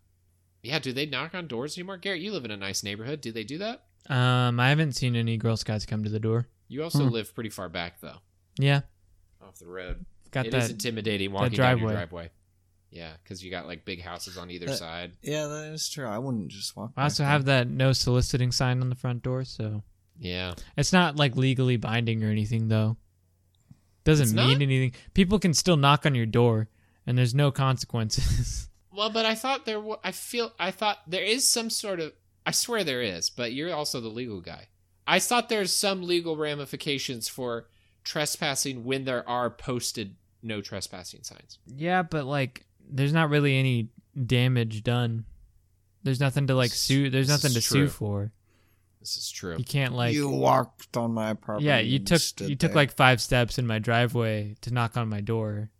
Speaker 2: Yeah, do they knock on doors anymore? Garrett, you live in a nice neighborhood. Do they do that?
Speaker 1: Um, I haven't seen any Girl Scouts come to the door.
Speaker 2: You also
Speaker 3: Hmm.
Speaker 2: live pretty far back, though,
Speaker 1: Yeah,
Speaker 2: off the road.
Speaker 1: got
Speaker 2: It is
Speaker 1: that.
Speaker 2: intimidating walking down
Speaker 1: driveway.
Speaker 2: your driveway. Yeah, because you got like big houses on either
Speaker 3: Uh,
Speaker 2: side.
Speaker 3: Yeah, that is true. I wouldn't just walk.
Speaker 1: I also have that no soliciting sign on the front door, so
Speaker 2: Yeah,
Speaker 1: It's not like legally binding or anything, though. Doesn't
Speaker 2: It's
Speaker 1: mean
Speaker 2: not?
Speaker 1: anything. People can still knock on your door, and there's no consequences. [LAUGHS]
Speaker 2: Well, but I thought there were. I feel. I thought there is some sort of. I swear there is, but you're also the legal guy. I thought there's some legal ramifications for trespassing when there are posted no trespassing signs.
Speaker 1: yeah, but like, there's not really any damage done. There's nothing to like
Speaker 2: S-
Speaker 1: sue. There's
Speaker 2: this
Speaker 1: nothing to
Speaker 2: is
Speaker 1: sue
Speaker 2: true.
Speaker 1: for.
Speaker 2: This is true.
Speaker 1: You can't like.
Speaker 3: you walked on my property.
Speaker 1: yeah, you
Speaker 3: and
Speaker 1: took
Speaker 3: stood
Speaker 1: you took
Speaker 3: there.
Speaker 1: like five steps in my driveway to knock on my door.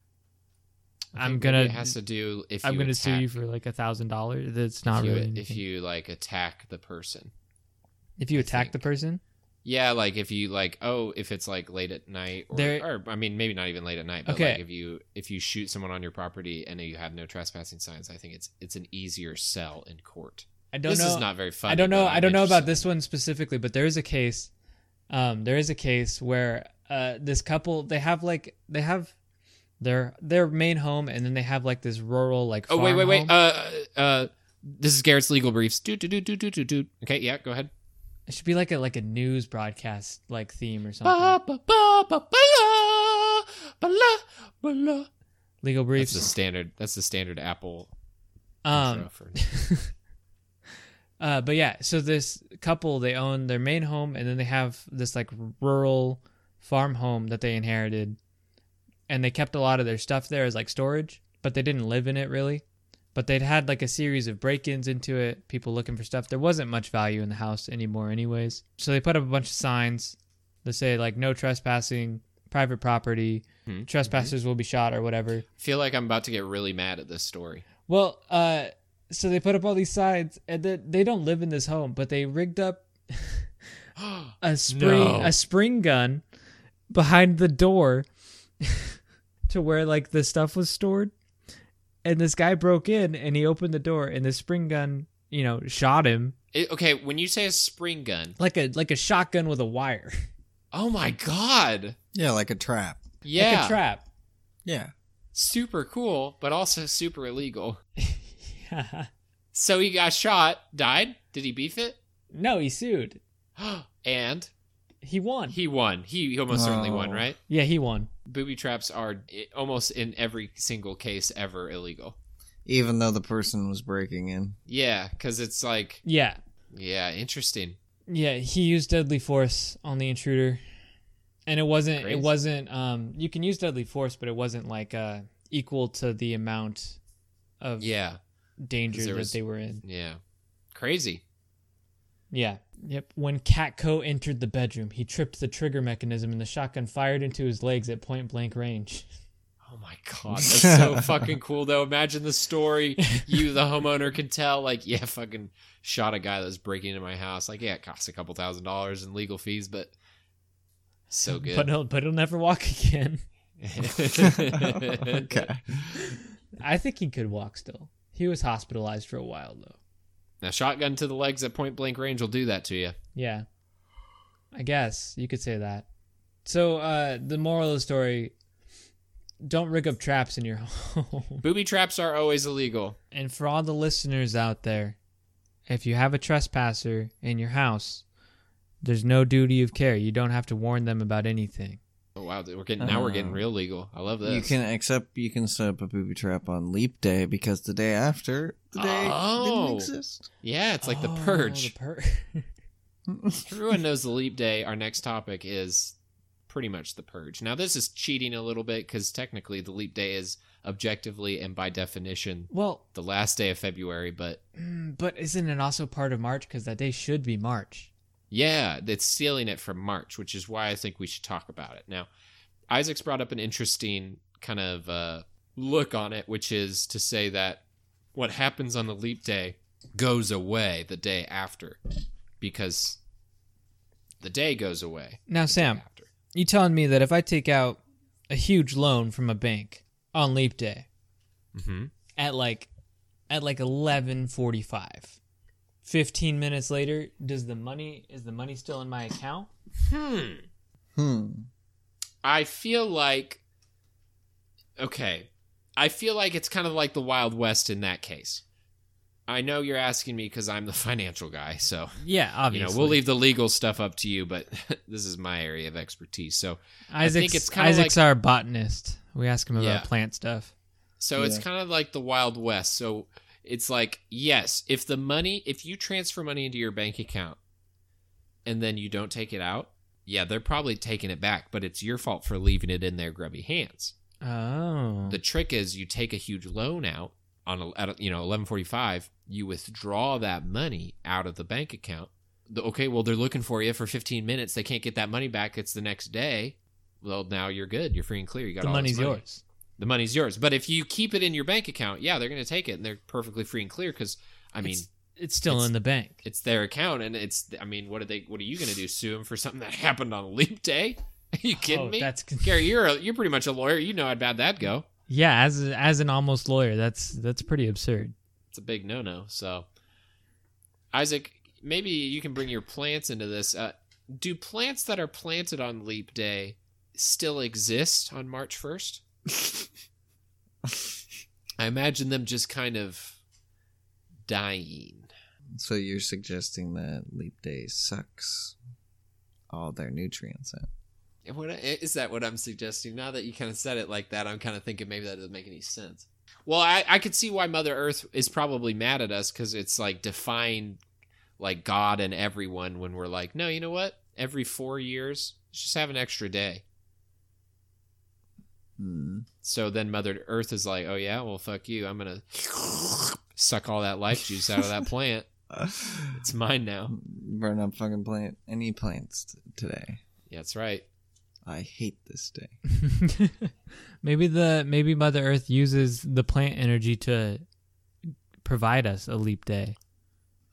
Speaker 2: I
Speaker 1: I'm
Speaker 2: think maybe
Speaker 1: gonna-
Speaker 2: It has to do if
Speaker 1: I'm
Speaker 2: you
Speaker 1: gonna sue you
Speaker 2: attack-
Speaker 1: for like a thousand dollars. That's
Speaker 2: if
Speaker 1: not
Speaker 2: you-
Speaker 1: really.
Speaker 2: if
Speaker 1: anything.
Speaker 2: you like attack the person.
Speaker 1: if you
Speaker 2: I
Speaker 1: attack the
Speaker 2: think.
Speaker 1: person,
Speaker 2: Yeah, like if you like, oh, if it's like late at night, or,
Speaker 1: There-
Speaker 2: or I mean, maybe not even late at night, but
Speaker 1: Okay.
Speaker 2: like if you if you shoot someone on your property and you have no trespassing signs, I think it's it's an easier sell in court.
Speaker 1: I don't
Speaker 2: this
Speaker 1: know.
Speaker 2: is not very fun.
Speaker 1: I don't know. I don't know about this one specifically, but there is a case. Um, there is a case where uh, this couple they have like they have their their main home, and then they have like this rural like.
Speaker 2: Oh
Speaker 1: farm
Speaker 2: wait, wait, wait.
Speaker 1: home.
Speaker 2: Uh, uh, this is Garrett's legal briefs. Do do do do do do do. Okay, yeah, go ahead.
Speaker 1: it should be like a like a news broadcast like theme or something.
Speaker 2: Ba, ba, ba, ba, ba, la, ba, la, ba, la.
Speaker 1: Legal
Speaker 2: That's the
Speaker 1: briefs.
Speaker 2: standard. That's the standard Apple.
Speaker 1: Um,
Speaker 2: intro for-
Speaker 1: uh, but yeah, so this couple they own their main home, and then they have this like rural farm home that they inherited, and they kept a lot of their stuff there as like storage, but they didn't live in it really. But they'd had like a series of break-ins into it, people looking for stuff. There wasn't much value in the house anymore, anyways. So they put up a bunch of signs that say like no trespassing, private property,
Speaker 2: Mhm.
Speaker 1: trespassers will be shot or whatever.
Speaker 2: I feel like I'm about to get really mad at this
Speaker 1: [GASPS]
Speaker 2: story. [GASPS]
Speaker 1: Well, uh, so they put up all these signs, and then they don't live in this home, but they rigged up [LAUGHS] a spring
Speaker 2: No.
Speaker 1: a spring gun behind the door [LAUGHS] to where like the stuff was stored. And this guy broke in, and he opened the door, and the spring gun, you know, shot him
Speaker 2: It- okay, when you say a spring gun,
Speaker 1: like a like a shotgun with a wire, [LAUGHS]
Speaker 2: oh my god,
Speaker 3: yeah, like a trap.
Speaker 2: yeah,
Speaker 1: like a trap. [LAUGHS]
Speaker 3: Yeah,
Speaker 2: super cool, but also super illegal.
Speaker 1: yeah.
Speaker 2: So he got shot, died. Did he beef it? [GASPS]
Speaker 1: No, he sued.
Speaker 2: and
Speaker 1: He won.
Speaker 2: he won. He, he almost certainly won,
Speaker 3: Oh.
Speaker 2: right?
Speaker 1: yeah, he won.
Speaker 2: Booby traps are i- almost in every single case ever illegal.
Speaker 3: Even though the person was breaking in.
Speaker 2: Yeah, because it's like,
Speaker 1: Yeah.
Speaker 2: yeah, interesting.
Speaker 1: Yeah, he used deadly force on the intruder. And it wasn't
Speaker 2: Crazy.
Speaker 1: it wasn't um you can use deadly force, but it wasn't like uh equal to the amount of
Speaker 2: Yeah,
Speaker 1: danger
Speaker 2: 'cause there
Speaker 1: that
Speaker 2: was-
Speaker 1: they were in.
Speaker 2: yeah, crazy.
Speaker 1: Yeah. Yep. When Catco entered the bedroom, he tripped the trigger mechanism and the shotgun fired into his legs at point blank range.
Speaker 2: Oh my god, that's so fucking cool though. Imagine the story you, the homeowner, can tell. Like, yeah, fucking shot a guy that was breaking into my house. Like, yeah, it costs a couple thousand dollars in legal fees, but so
Speaker 1: [LAUGHS]
Speaker 2: good.
Speaker 1: But he'll but he'll never walk [LAUGHS] again.
Speaker 2: [LAUGHS]
Speaker 3: Okay.
Speaker 1: I think he could walk still. He was hospitalized for a while though.
Speaker 2: Now, shotgun to the legs at point blank range will do that to you.
Speaker 1: Yeah. I guess you could say that. So, uh, the moral of the story don't rig up traps in your [LAUGHS] home.
Speaker 2: Booby traps are always illegal.
Speaker 1: and for all the listeners out there, if you have a trespasser in your house, there's no duty of care. You don't have to warn them about anything.
Speaker 2: Oh wow, we're getting now we're
Speaker 1: Uh-huh.
Speaker 2: getting real legal. I love this.
Speaker 3: You can except you can set up a booby trap on leap day because the day after the day
Speaker 2: Oh.
Speaker 3: didn't exist. [LAUGHS]
Speaker 2: yeah, it's like
Speaker 1: Oh,
Speaker 2: the purge.
Speaker 1: The pur- [LAUGHS]
Speaker 2: Everyone knows the leap day. Our next topic is pretty much the purge. Now this is cheating a little bit because technically the leap day is objectively and by definition
Speaker 1: well,
Speaker 2: the last day of February, but
Speaker 1: mm, but isn't it also part of March? Because that day should be March.
Speaker 2: yeah, it's stealing it from March, which is why I think we should talk about it. Now, Isaac's brought up an interesting kind of uh, look on it, which is to say that what happens on the leap day goes away the day after because the day goes away
Speaker 1: Now, Sam,
Speaker 2: after.
Speaker 1: you telling me that if I take out a huge loan from a bank on leap day,
Speaker 2: Mm-hmm.
Speaker 1: at like at like 11:45. 15 minutes later, does the money is the money still in my account?
Speaker 2: Hmm.
Speaker 3: Hmm.
Speaker 2: I feel like okay. I feel like it's kind of like the Wild West in that case. I know you're asking me because I'm the [LAUGHS] financial guy, so
Speaker 1: Yeah,
Speaker 2: you
Speaker 1: obviously.
Speaker 2: know we'll leave the legal stuff up to you. But [LAUGHS] this is my area of expertise, so
Speaker 1: Isaac's,
Speaker 2: think it's kinda
Speaker 1: Isaac's our botanist. We ask him about
Speaker 2: Yeah.
Speaker 1: plant stuff.
Speaker 2: so it's
Speaker 3: Yeah.
Speaker 2: kind of like the Wild West. So it's like yes, if the money, if you transfer money into your bank account and then you don't take it out, yeah, they're probably taking it back, but it's your fault for leaving it in their grubby hands.
Speaker 1: Oh.
Speaker 2: The trick is you take a huge loan out on at, you know 11:45, you withdraw that money out of the bank account. The, okay, well they're looking for you for 15 minutes. They can't get that money back. It's the next day. Well, now you're good. You're free and clear. You got
Speaker 1: The
Speaker 2: all this
Speaker 1: money's
Speaker 2: money.
Speaker 1: yours.
Speaker 2: The money's yours. But if you keep it in your bank account, yeah, they're going to take it and they're perfectly free and clear cuz I mean,
Speaker 1: It's- It's still
Speaker 2: it's-
Speaker 1: in the bank.
Speaker 2: it's their account and it's I mean, what are they what are you going to do sue them for something that [LAUGHS] happened on leap day? [LAUGHS] Are you kidding
Speaker 1: Oh,
Speaker 2: me?
Speaker 1: That's
Speaker 2: Gary, you're a, you're pretty much a lawyer. You know how bad that go.
Speaker 1: Yeah, as as an almost lawyer, that's that's pretty absurd. [LAUGHS]
Speaker 2: it's a big no-no. So, Isaac, maybe you can bring your plants into this. Uh, do plants that are planted on Leap Day still exist on March first? I imagine them just kind of dying.
Speaker 3: So you're suggesting that leap day sucks all their nutrients out.
Speaker 2: And What, is that what I'm suggesting? Now that you kind of said it like that, I'm kind of thinking maybe that doesn't make any sense. Well, I, I could see why Mother Earth is probably mad at us because it's like defying like God and everyone when we're like, no, you know what? Every four years, let's just have an extra day.
Speaker 3: Hmm.
Speaker 2: So then Mother Earth is like, oh yeah, well fuck you, I'm gonna suck all that life juice out of that plant. It's mine now.
Speaker 3: Hmm. [LAUGHS] Burn up fucking plant any plants t- today.
Speaker 2: Yeah, that's right.
Speaker 3: I hate this day.
Speaker 1: maybe the maybe Mother Earth uses the plant energy to provide us a leap day.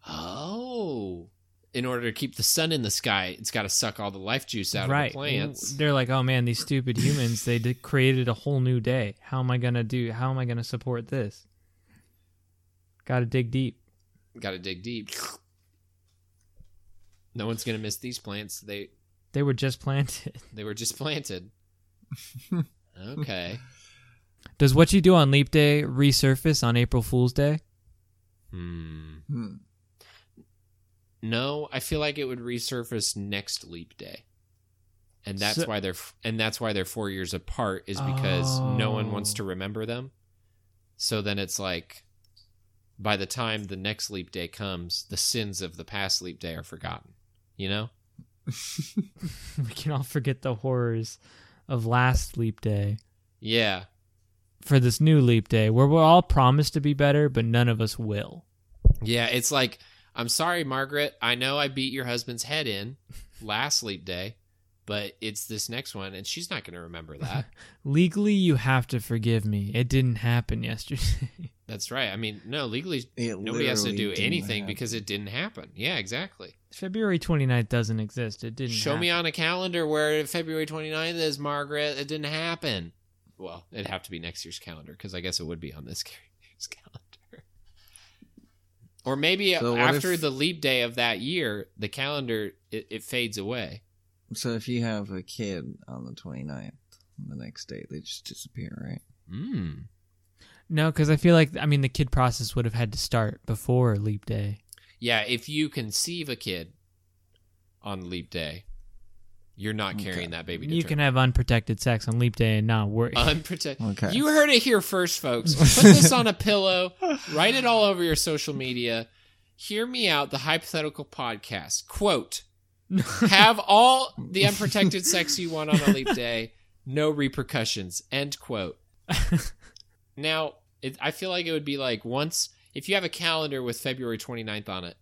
Speaker 2: Oh. In order to keep the sun in the sky, it's got to suck all the life juice out of the plants.
Speaker 1: They're like, oh man, these stupid humans, they did, created a whole new day. How am I going to do, how am I going to support this? Got to dig deep.
Speaker 2: Got to dig deep. No one's gonna miss these plants. They
Speaker 1: They were just [LAUGHS] planted.
Speaker 2: they were just [LAUGHS] planted. Okay.
Speaker 1: Does what you do on leap day Hmm. resurface on April Fool's Day?
Speaker 2: Hmm.
Speaker 3: Hmm.
Speaker 2: No, I feel like it would resurface next leap day. And that's
Speaker 1: So-
Speaker 2: why they're f- and that's why they're 4 years apart is because no one wants
Speaker 1: Oh.
Speaker 2: to remember them. So then it's like by the time the next leap day comes, the sins of the past leap day are forgotten. You know?
Speaker 1: [LAUGHS] we can all forget the horrors of last leap day
Speaker 2: Yeah.
Speaker 1: for this new leap day where we're all promised to be better, but none of us will.
Speaker 2: Yeah, it's like, I'm sorry, Margaret. I know I beat your husband's head in last sleep day, but it's this next one, and she's not going to
Speaker 3: [LAUGHS]
Speaker 2: remember that.
Speaker 1: Legally, you have to forgive me. It didn't happen yesterday. [LAUGHS]
Speaker 2: That's right. I mean, no, legally,
Speaker 3: It
Speaker 2: nobody has to
Speaker 3: literally
Speaker 2: do
Speaker 3: didn't
Speaker 2: anything
Speaker 3: happen.
Speaker 2: because it didn't happen. Yeah, exactly.
Speaker 1: February 29th doesn't exist. It didn't
Speaker 2: Show me on a calendar where February 29th is, Margaret. It didn't happen. Well, it'd have to be next year's calendar because I guess it would be on this [LAUGHS] year's calendar. Or maybe
Speaker 3: So what
Speaker 2: after
Speaker 3: if-
Speaker 2: the leap day of that year, the calendar it, it fades away.
Speaker 3: So if you have a kid on the 29th, the next day they just disappear, right?
Speaker 2: Mm.
Speaker 1: No, because I feel like, I mean, the kid process would have had to start before leap day.
Speaker 2: Yeah, if you conceive a kid on leap day, you're not
Speaker 3: Okay.
Speaker 2: carrying that baby. To
Speaker 1: You can
Speaker 2: term.
Speaker 1: have unprotected sex on leap day and not
Speaker 2: [LAUGHS]
Speaker 1: worry. [LAUGHS]
Speaker 2: unprotected.
Speaker 3: Okay.
Speaker 2: You heard it here first, folks. Put this on a pillow. Write it all over your social media. Hear me out. The hypothetical podcast quote:
Speaker 1: Oh,
Speaker 3: [LAUGHS]
Speaker 2: Have all the unprotected sex you want on a leap day. No repercussions. End
Speaker 3: [LAUGHS]
Speaker 2: quote. Now, it, I feel like it would be like once if you have a calendar with February 29th on it,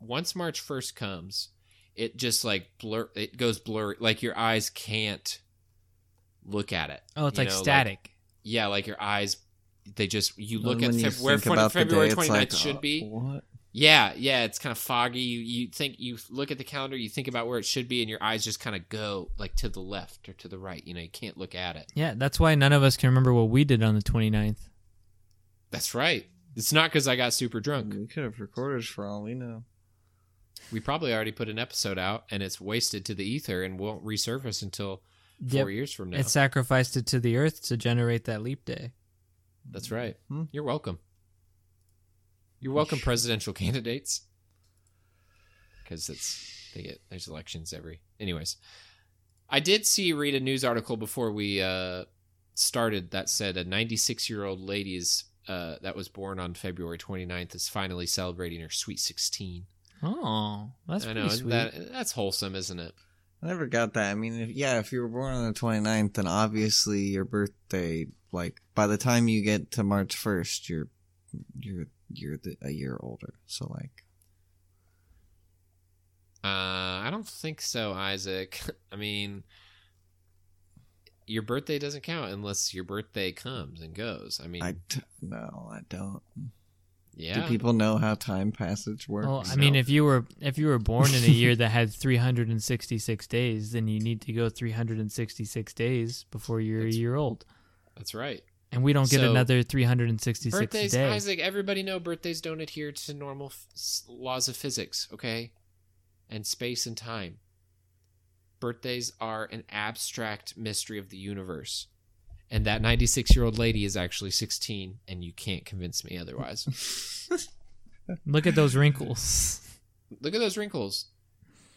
Speaker 2: once March 1st comes, it just like blur it goes blurry like your eyes can't look at it.
Speaker 1: oh, it's
Speaker 2: You
Speaker 1: like
Speaker 2: know,
Speaker 1: static.
Speaker 2: yeah, like your eyes they just you
Speaker 3: And
Speaker 2: look at
Speaker 3: when you
Speaker 2: Feb- where
Speaker 3: think about the
Speaker 2: February
Speaker 3: day, it's
Speaker 2: 29th
Speaker 3: like,
Speaker 2: should
Speaker 3: uh,
Speaker 2: be.
Speaker 3: What?
Speaker 2: Yeah, yeah, it's kind of foggy. You you think you look at the calendar, you think about where it should be and your eyes just kind of go like to the left or to the right, you know, you can't look at it.
Speaker 1: yeah, that's why none of us can remember what we did on the 29th.
Speaker 2: That's right. It's not cuz I got super drunk.
Speaker 3: We could have recorded for all we know.
Speaker 2: We probably already put an episode out and it's wasted to the ether and won't resurface until
Speaker 1: Yep.
Speaker 2: four years from now.
Speaker 1: It sacrificed it to the earth to generate that leap day.
Speaker 2: That's right.
Speaker 3: Hmm.
Speaker 2: You're welcome.
Speaker 1: Oh,
Speaker 2: You're welcome, presidential [LAUGHS] candidates. Because it's they get there's elections every. Anyways, I did see read a news article before we uh, started that said a 96 year old lady is uh, that was born on February 29th is finally celebrating her sweet 16.
Speaker 1: Oh, that's
Speaker 2: I
Speaker 1: pretty
Speaker 2: know isn't
Speaker 1: sweet.
Speaker 2: that that's wholesome, isn't it?
Speaker 3: I never got that. I mean, if, yeah, if you were born on the 29th, then obviously your birthday, like by the time you get to March 1st, you're you're you're the, a year older. So like,
Speaker 2: Uh, I don't think so, Isaac. [LAUGHS] I mean, your birthday doesn't count unless your birthday comes and goes. I mean,
Speaker 3: I t- no, I don't.
Speaker 2: yeah,
Speaker 3: Do people know how time passage works?
Speaker 1: Well, I mean,
Speaker 2: No.
Speaker 1: if you were if you were born in a
Speaker 2: [LAUGHS]
Speaker 1: year that had 366 days, then you need to go 366 days before you're
Speaker 2: That's-
Speaker 1: a year old,
Speaker 2: that's right.
Speaker 1: and we don't get
Speaker 2: So-
Speaker 1: another 366
Speaker 2: Birthdays,
Speaker 1: days.
Speaker 2: Isaac. Everybody know birthdays don't adhere to normal f- s- laws of physics, okay, and space and time. Birthdays are an abstract mystery of the universe, and that ninety-six-year-old lady is actually sixteen, and you can't convince me
Speaker 3: [LAUGHS]
Speaker 2: otherwise.
Speaker 1: Look at those wrinkles. [LAUGHS]
Speaker 2: Look at those wrinkles.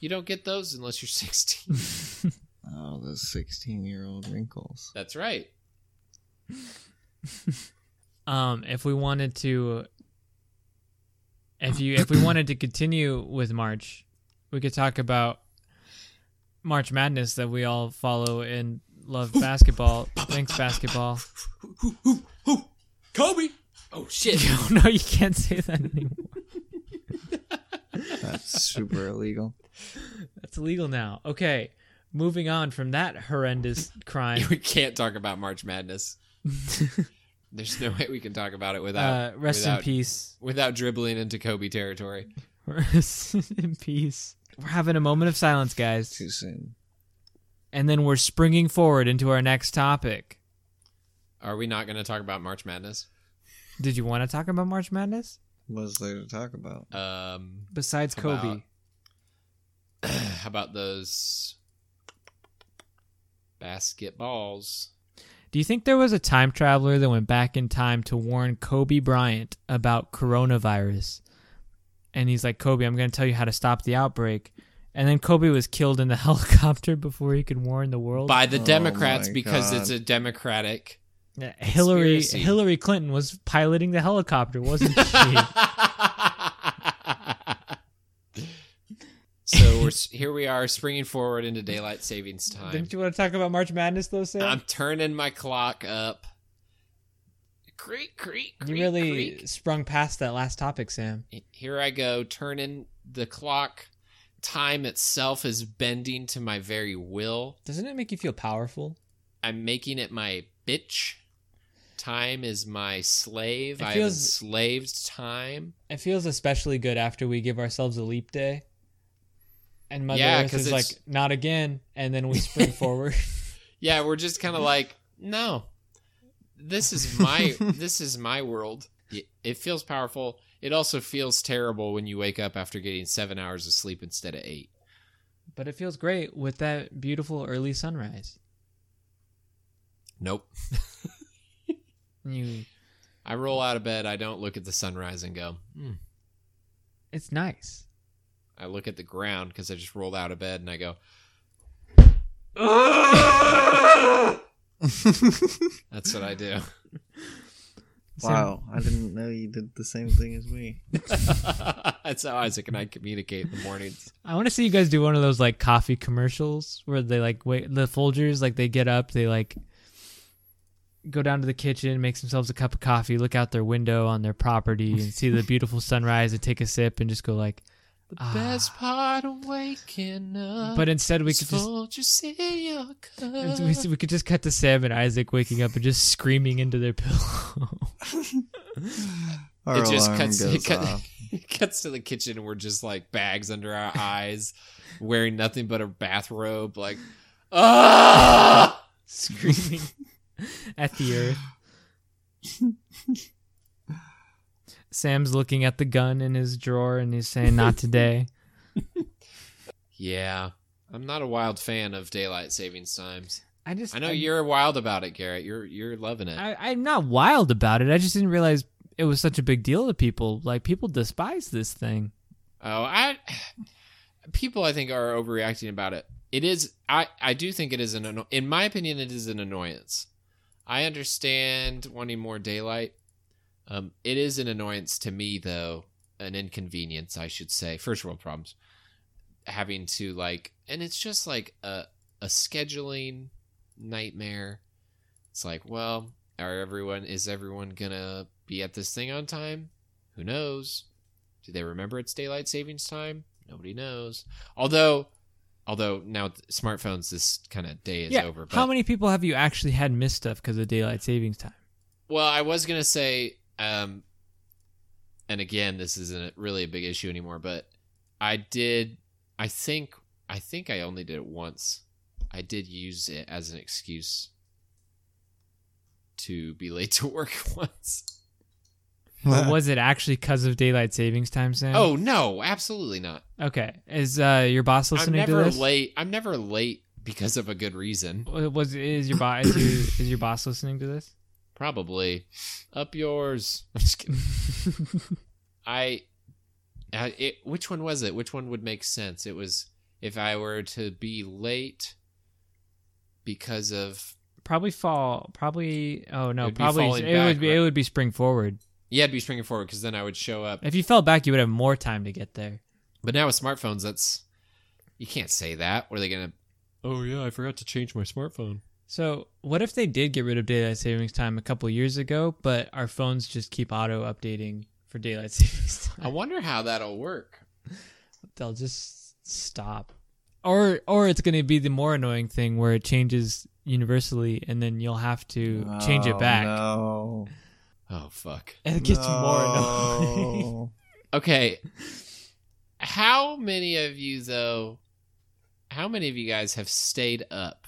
Speaker 2: You don't get those unless you're [LAUGHS] sixteen.
Speaker 3: oh, those 16 year old wrinkles.
Speaker 2: That's right.
Speaker 1: um, if we wanted to, if you if we wanted to continue with March, we could talk about March Madness that we all follow and love basketball. Thanks,
Speaker 2: [LAUGHS]
Speaker 1: basketball. [LAUGHS]
Speaker 2: Kobe. Oh
Speaker 3: [LAUGHS]
Speaker 2: shit. [LAUGHS]
Speaker 1: no, you can't say that anymore.
Speaker 3: That's
Speaker 2: [LAUGHS]
Speaker 3: super illegal.
Speaker 1: That's illegal now. Okay, moving on from that
Speaker 2: [LAUGHS]
Speaker 1: horrendous crime.
Speaker 2: we can't talk about March
Speaker 3: [LAUGHS]
Speaker 2: Madness. There's no way we can talk about it
Speaker 1: uh,
Speaker 2: without
Speaker 1: rest
Speaker 2: without,
Speaker 1: in peace. [LAUGHS]
Speaker 2: without dribbling into Kobe territory.
Speaker 1: Rest in peace. We're having a moment of silence, guys,
Speaker 3: Too soon.
Speaker 1: and then we're springing forward into our next topic.
Speaker 2: Are we not going to talk about March Madness?
Speaker 1: Did you want to talk about March Madness
Speaker 3: What's there to talk about?
Speaker 2: Um,
Speaker 1: besides
Speaker 2: About-
Speaker 1: Kobe?
Speaker 2: how about [SIGHS] those basketballs?
Speaker 1: Do you think there was a time traveler that went back in time to warn Kobe Bryant about coronavirus? and he's like, Kobe, I'm going to tell you how to stop the outbreak. And then Kobe was killed in the [LAUGHS] helicopter before he could warn the world.
Speaker 2: by the
Speaker 3: Oh
Speaker 2: Democrats
Speaker 3: my
Speaker 2: because it's
Speaker 3: God.
Speaker 2: a Democratic.
Speaker 1: Yeah, Hillary
Speaker 2: conspiracy.
Speaker 1: Hillary Clinton was piloting the helicopter,
Speaker 2: [LAUGHS]
Speaker 1: wasn't she?
Speaker 2: so we're s- here. We are springing forward into daylight savings time.
Speaker 1: Didn't you want to talk about March Madness though, Sam?
Speaker 2: I'm turning my clock up. Creak, creak, creak,
Speaker 1: you really
Speaker 2: creak.
Speaker 1: sprung past that last topic, Sam.
Speaker 2: Here I go, turning the clock. Time itself is bending to my very will.
Speaker 1: Doesn't it make you feel powerful?
Speaker 2: I'm making it my bitch. Time is my slave.
Speaker 1: It
Speaker 2: I have
Speaker 1: feels-
Speaker 2: enslaved time.
Speaker 1: It feels especially good after we give ourselves a leap day. And Mother
Speaker 2: Yeah,
Speaker 1: Earth
Speaker 2: 'cause
Speaker 1: is like,
Speaker 2: it's-
Speaker 1: not again. And then we [LAUGHS] spring forward.
Speaker 2: Yeah, we're just kind of like, no, this is my this is my world. Y- It feels powerful. It also feels terrible when you wake up after getting seven hours of sleep instead of eight.
Speaker 1: But it feels great with that beautiful early sunrise.
Speaker 2: Nope.
Speaker 1: You,
Speaker 2: I roll out of bed. I don't look at the sunrise and go. Hmm.
Speaker 1: it's nice.
Speaker 2: I look at the ground because I just rolled out of bed and I go. That's what I do.
Speaker 3: wow, I didn't know you did the same thing as me.
Speaker 2: That's how Isaac and I communicate in the mornings.
Speaker 1: I want to see you guys do one of those like coffee commercials where they like wait the Folgers like they get up they like go down to the kitchen makes themselves a cup of coffee look out their window on their property and see the [LAUGHS] beautiful sunrise and take a sip and just go like
Speaker 2: The
Speaker 1: Ah.
Speaker 2: best part of waking up.
Speaker 1: but instead we
Speaker 2: is
Speaker 1: could just
Speaker 2: Folgers in [LAUGHS] your cup.
Speaker 1: we, we could just cut to Sam and Isaac waking up and just screaming into their pillow
Speaker 3: [LAUGHS]
Speaker 1: [LAUGHS]
Speaker 3: Our
Speaker 2: It just
Speaker 3: alarm
Speaker 2: cuts- it
Speaker 3: goes
Speaker 2: cut-
Speaker 3: off.
Speaker 2: It [LAUGHS] cuts to the kitchen and we're just like bags under our eyes, wearing nothing but a bathrobe. Like, ah!
Speaker 1: screaming at the earth. Sam's looking at the gun in his drawer and he's saying, "Not today."
Speaker 2: Yeah, I'm not a wild fan of daylight savings times.
Speaker 1: [LAUGHS] I just
Speaker 2: I know
Speaker 1: I'm-
Speaker 2: you're wild about it, Garrett. You're you're loving it.
Speaker 1: I, I'm not wild about it. I just didn't realize it was such a big deal to people. Like people despise this thing.
Speaker 2: Oh, I people I think are overreacting about it. It is I I do think it is an anno- in my opinion it is an annoyance. I understand wanting more daylight. Um, it is an annoyance to me though, an inconvenience I should say. First world problems, having to like, and it's just like a a scheduling nightmare. It's like, well, are everyone is everyone gonna be at this thing on time? Who knows? Do they remember it's daylight savings time? Nobody knows. Although, although now with smartphones, this kind of day is over.
Speaker 1: How many people have you actually had miss stuff because of daylight savings
Speaker 2: [LAUGHS]
Speaker 1: time?
Speaker 2: Well, I was gonna say, um, and again, this isn't really a big issue anymore, but I did. I think I think I only did it once. I did use it as an excuse to be late to work [LAUGHS] once.
Speaker 1: Or
Speaker 3: [LAUGHS]
Speaker 1: was it actually because of daylight savings time, Sam?
Speaker 2: Oh no, absolutely not.
Speaker 1: okay. Is uh, your boss listening
Speaker 2: I'm
Speaker 1: to
Speaker 2: never
Speaker 1: this?
Speaker 2: late. I'm never late because of a good reason.
Speaker 1: Was is your boss is, your, is your boss listening to
Speaker 2: [LAUGHS]
Speaker 1: this?
Speaker 2: Probably up yours. [LAUGHS] I'm just kidding. I, I it, which one was it? Which one would make sense? It was if I were to be late because of
Speaker 1: probably fall. Probably. Oh no.
Speaker 2: It'd be
Speaker 1: probably
Speaker 2: falling
Speaker 1: it
Speaker 2: back,
Speaker 1: would be.
Speaker 2: right?
Speaker 1: It would be spring forward.
Speaker 2: yeah, I'd be springing forward because then I would show up.
Speaker 1: If you fell back, you would have more time to get there.
Speaker 2: But now with smartphones, that's you can't say that. What are they gonna? Oh yeah, I forgot to change my smartphone.
Speaker 1: So, what if they did get rid of daylight savings time a couple years ago, but our phones just keep auto updating for daylight [LAUGHS] savings
Speaker 2: I
Speaker 1: time?
Speaker 2: wonder how that'll work.
Speaker 1: They'll just stop. Or or it's going to be the more annoying thing where it changes universally and then you'll have to change it
Speaker 3: Oh,
Speaker 1: back.
Speaker 3: No.
Speaker 2: Oh fuck.
Speaker 1: And it gets more annoying.
Speaker 3: No.
Speaker 2: Okay. How many of you though how many of you guys have stayed up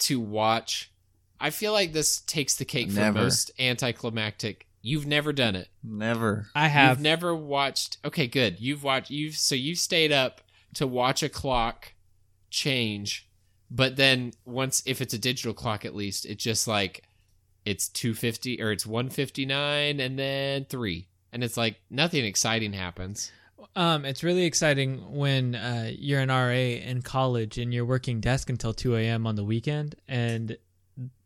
Speaker 2: to watch I feel like this takes the cake
Speaker 3: Never.
Speaker 2: for most anticlimactic. You've never done it.
Speaker 3: [LAUGHS] Never.
Speaker 1: [LAUGHS] I have
Speaker 2: You've never watched Okay, good. You've watched you've so you've stayed up to watch a clock change, but then once if it's a digital clock at least, it's just like it's 250 or it's 159 and then 3 and it's like nothing exciting happens.
Speaker 1: Um, it's really exciting when uh, you're an RA in college and you're working desk until 2 a.m. on the weekend, and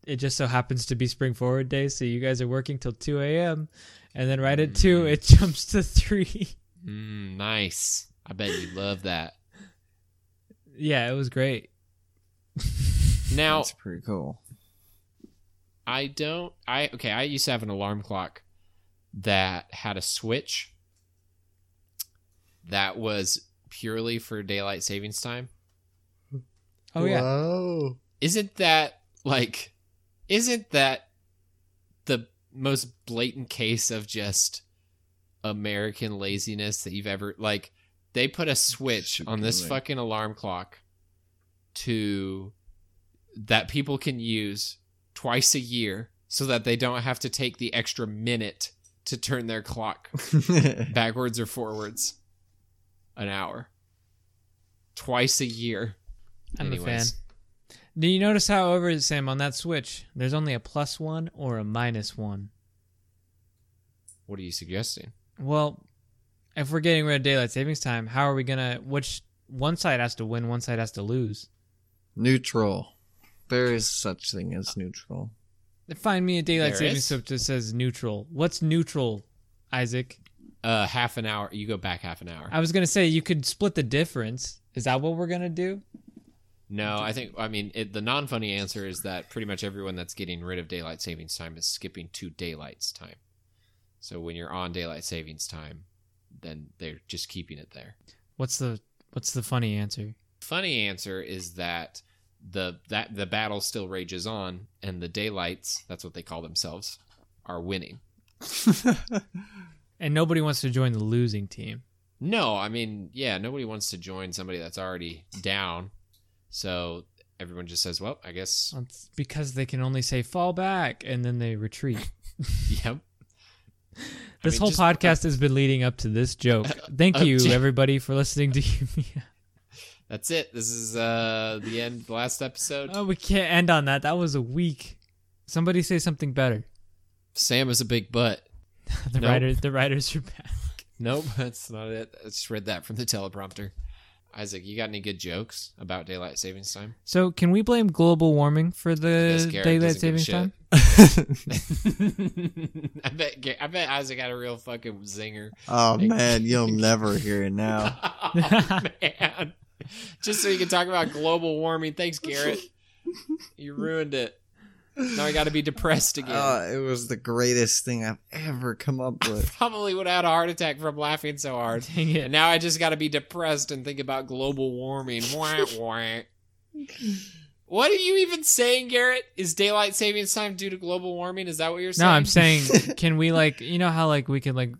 Speaker 1: it just so happens to be spring forward day, so you guys are working till 2 a.m. And then right at two,
Speaker 2: Mm.
Speaker 1: it [LAUGHS] jumps to three.
Speaker 2: Mm, nice. I bet you love that.
Speaker 1: yeah, it was great.
Speaker 2: Now
Speaker 3: That's pretty cool.
Speaker 2: I don't. I okay. I used to have an alarm clock that had a switch that was purely for daylight savings time.
Speaker 1: Oh yeah,
Speaker 3: Whoa. [LAUGHS]
Speaker 2: Isn't that like? Isn't that the most blatant case of just American laziness that you've ever like? They put a switch on this
Speaker 3: Stupid.
Speaker 2: fucking alarm clock to that people can use twice a year so that they don't have to take the extra minute to turn
Speaker 1: [LAUGHS]
Speaker 2: their clock backwards or forwards an hour twice a year
Speaker 1: I'm a fan.
Speaker 2: Anyways.
Speaker 1: Do you notice how over Sam on that switch? There's only a plus one or a minus one.
Speaker 2: what are you suggesting
Speaker 1: Well, if we're getting rid of daylight savings time, how are we gonna? Which one side has to win, one side has to lose.
Speaker 3: neutral. There is such thing as [LAUGHS] neutral.
Speaker 1: Find me a daylight
Speaker 2: There
Speaker 1: savings
Speaker 2: is?
Speaker 1: time that says neutral. What's neutral, Isaac?
Speaker 2: uh half an hour you go back half an hour
Speaker 1: I was gonna say you could split the difference. Is that what we're gonna do?
Speaker 2: no i think i mean it, the non-funny answer is that pretty much everyone that's getting rid of daylight savings time is skipping to daylight's time so when you're on daylight savings time then they're just keeping it there
Speaker 1: What's the What's the funny answer?
Speaker 2: funny answer is that the that the battle still rages on and the daylights that's what they call themselves are winning
Speaker 1: And nobody wants to join the losing team.
Speaker 2: No, I mean, yeah, nobody wants to join somebody that's already down. So everyone just says, well, I guess, [LAUGHS]
Speaker 1: It's because they can only say fall back and then they
Speaker 2: [LAUGHS]
Speaker 1: retreat.
Speaker 2: yep.
Speaker 1: This
Speaker 2: mean,
Speaker 1: whole
Speaker 2: just-
Speaker 1: podcast has been leading up to this
Speaker 2: [LAUGHS]
Speaker 1: joke. Thank
Speaker 2: up
Speaker 1: you,
Speaker 2: to-
Speaker 1: everybody, for listening to [LAUGHS] you.
Speaker 2: That's it. This is uh the end, the last episode.
Speaker 1: oh, we can't end on that. That was a week. Somebody say something better. [LAUGHS]
Speaker 2: Sam is a big butt.
Speaker 1: The
Speaker 2: Nope.
Speaker 1: writers, the writers are back.
Speaker 2: Nope, [LAUGHS] that's not it. I just read that from the teleprompter. Isaac, you got any good jokes about daylight savings time?
Speaker 1: So, can we blame global warming for the
Speaker 2: Yes, Garrett
Speaker 1: Uh, daylight
Speaker 2: doesn't give a
Speaker 1: savings time?
Speaker 2: [LAUGHS] I bet Ga- I bet Isaac got a real fucking
Speaker 1: [LAUGHS]
Speaker 2: zinger.
Speaker 3: oh man, you'll never hear
Speaker 2: [LAUGHS]
Speaker 3: it now.
Speaker 2: Oh, man. Just so you can talk about global warming. Thanks, Garrett. You ruined it. Now I got to be depressed again.
Speaker 1: Uh,
Speaker 3: Oh, it was the greatest thing I've ever come up with.
Speaker 2: Probably would have had a heart attack from laughing so hard.
Speaker 1: [LAUGHS] Dang
Speaker 2: And
Speaker 1: it!
Speaker 2: now I just got to be depressed and think about global
Speaker 3: [LAUGHS]
Speaker 2: warming. Wah, wah. What are you even saying, Garrett? Is daylight savings time due to global warming? Is that what you're saying?
Speaker 1: No, I'm saying,
Speaker 2: [LAUGHS]
Speaker 1: can we like, you know how like we can like,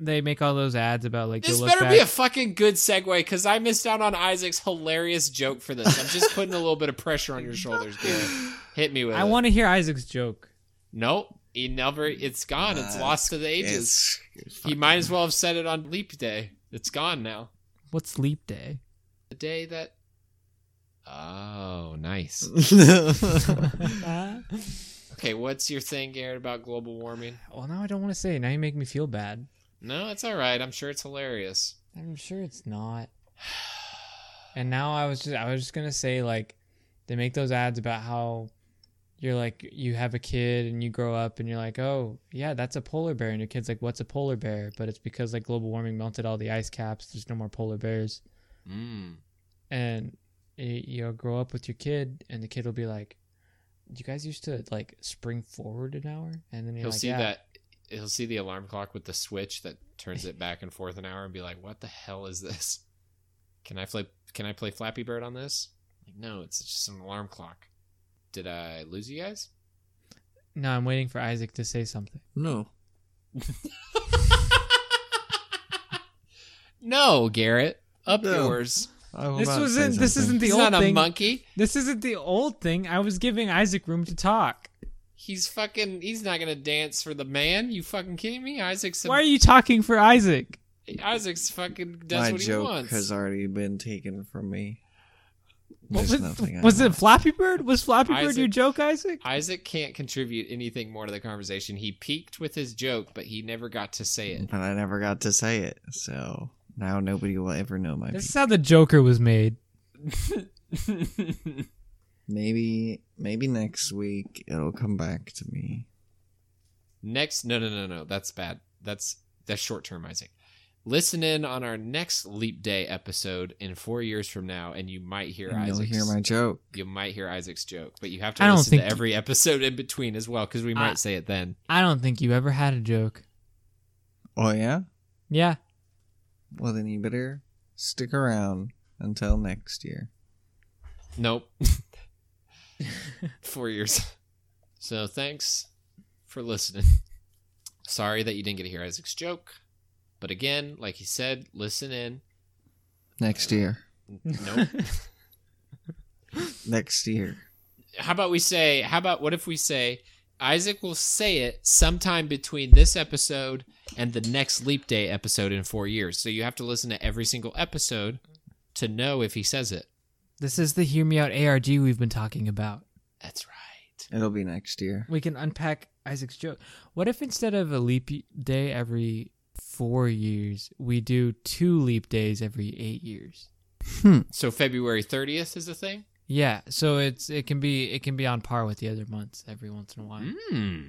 Speaker 1: they make all those ads about like
Speaker 2: This
Speaker 1: you'll look
Speaker 2: better
Speaker 1: back.
Speaker 2: be a fucking good segue because I missed out on Isaac's hilarious joke for this. I'm just putting a little bit of pressure
Speaker 3: [LAUGHS]
Speaker 2: on your shoulders, Garrett. Hit me with
Speaker 1: I
Speaker 2: it.
Speaker 1: want to hear Isaac's joke.
Speaker 2: Nope. He never. It's gone. It's
Speaker 3: Uh,
Speaker 2: lost to the ages.
Speaker 3: It's-
Speaker 2: He might as well have said it on leap day. It's gone now.
Speaker 1: What's leap
Speaker 2: [LAUGHS]
Speaker 1: day? [LAUGHS]
Speaker 2: The day that. Oh, nice.
Speaker 1: well,
Speaker 2: Okay, what's your thing, Garrett, about global warming?
Speaker 1: now I don't want to say. it. Now you make me feel bad.
Speaker 2: No, it's all right. I'm sure it's hilarious.
Speaker 1: I'm sure it's not. And now I was just I was just gonna say like they make those ads about how you're like you have a kid and you grow up and you're like, Oh, yeah, that's a polar bear and your kid's like, What's a polar bear? But it's because like global warming melted all the ice caps, there's no more polar bears.
Speaker 2: Mm.
Speaker 1: And y- you'll grow up with your kid and the kid will be like you guys used to like spring forward an hour and then you're
Speaker 2: He'll
Speaker 1: like,
Speaker 2: see
Speaker 1: yeah.
Speaker 2: that. He'll see the alarm clock with the switch that turns it back and forth an hour, and be like, "What the hell is this? Can I play? Can I play Flappy Bird on this? Like, no, it's just an alarm clock. Did I lose you guys?
Speaker 1: No, I'm waiting for Isaac to say something.
Speaker 3: [LAUGHS] no.
Speaker 2: no, Garrett. Up
Speaker 3: No.
Speaker 2: yours.
Speaker 3: I will
Speaker 1: This
Speaker 3: not
Speaker 1: wasn't
Speaker 3: say
Speaker 1: this
Speaker 3: something.
Speaker 1: isn't the
Speaker 2: He's
Speaker 1: old
Speaker 2: not a
Speaker 1: thing.
Speaker 2: monkey.
Speaker 1: This isn't the old thing. I was giving Isaac room to talk.
Speaker 2: He's fucking. He's not gonna dance for the man. You fucking kidding me? Isaac's. a-
Speaker 1: Why are you talking for Isaac?
Speaker 2: Isaac's fucking does
Speaker 3: My
Speaker 2: what he
Speaker 3: joke
Speaker 2: wants.
Speaker 3: has already been taken from me.
Speaker 1: What
Speaker 3: There's
Speaker 1: was,
Speaker 3: nothing I
Speaker 1: was
Speaker 3: know.
Speaker 1: it Flappy Bird? Was Flappy Bird
Speaker 2: Isaac-
Speaker 1: your joke, Isaac?
Speaker 2: Isaac can't contribute anything more to the conversation. He peaked with his joke, but he never got to say it.
Speaker 3: But I never got to say it, so now nobody will ever know my.
Speaker 1: This is how the Joker was made.
Speaker 3: pe- Maybe maybe next week it'll come back to me.
Speaker 2: next, no, no, no, no. That's bad. That's that's short term, Isaac. Listen in on our next Leap Day episode in four years from now, and you might hear
Speaker 3: and you'll
Speaker 2: Isaac's.
Speaker 3: hear my joke.
Speaker 2: you might hear Isaac's joke, but you have to
Speaker 1: I don't
Speaker 2: listen to
Speaker 1: think-
Speaker 2: every episode in between as well because we might
Speaker 1: I-
Speaker 2: say it then.
Speaker 1: I don't think you ever had a joke.
Speaker 3: Oh yeah.
Speaker 1: Yeah.
Speaker 3: Well then you better stick around until next year.
Speaker 2: Nope. Four years. So thanks for listening. Sorry that you didn't get to hear Isaac's joke, but again, like he said, listen in.
Speaker 3: Next year.
Speaker 2: Nope.
Speaker 3: Next year.
Speaker 2: how about we say? How about what if we say Isaac will say it sometime between this episode and the next Leap Day episode in four years? So you have to listen to every single episode to know if he says it.
Speaker 1: This is the Hear Me Out ARG we've been talking about.
Speaker 2: That's right.
Speaker 3: It'll be next year.
Speaker 1: We can unpack Isaac's joke. What if instead of a leap y- day every four years, we do two leap days every eight years?
Speaker 2: So February thirtieth is the thing.
Speaker 1: Yeah, so it's it can be it can be on par with the other months every once in a while.
Speaker 2: Hmm.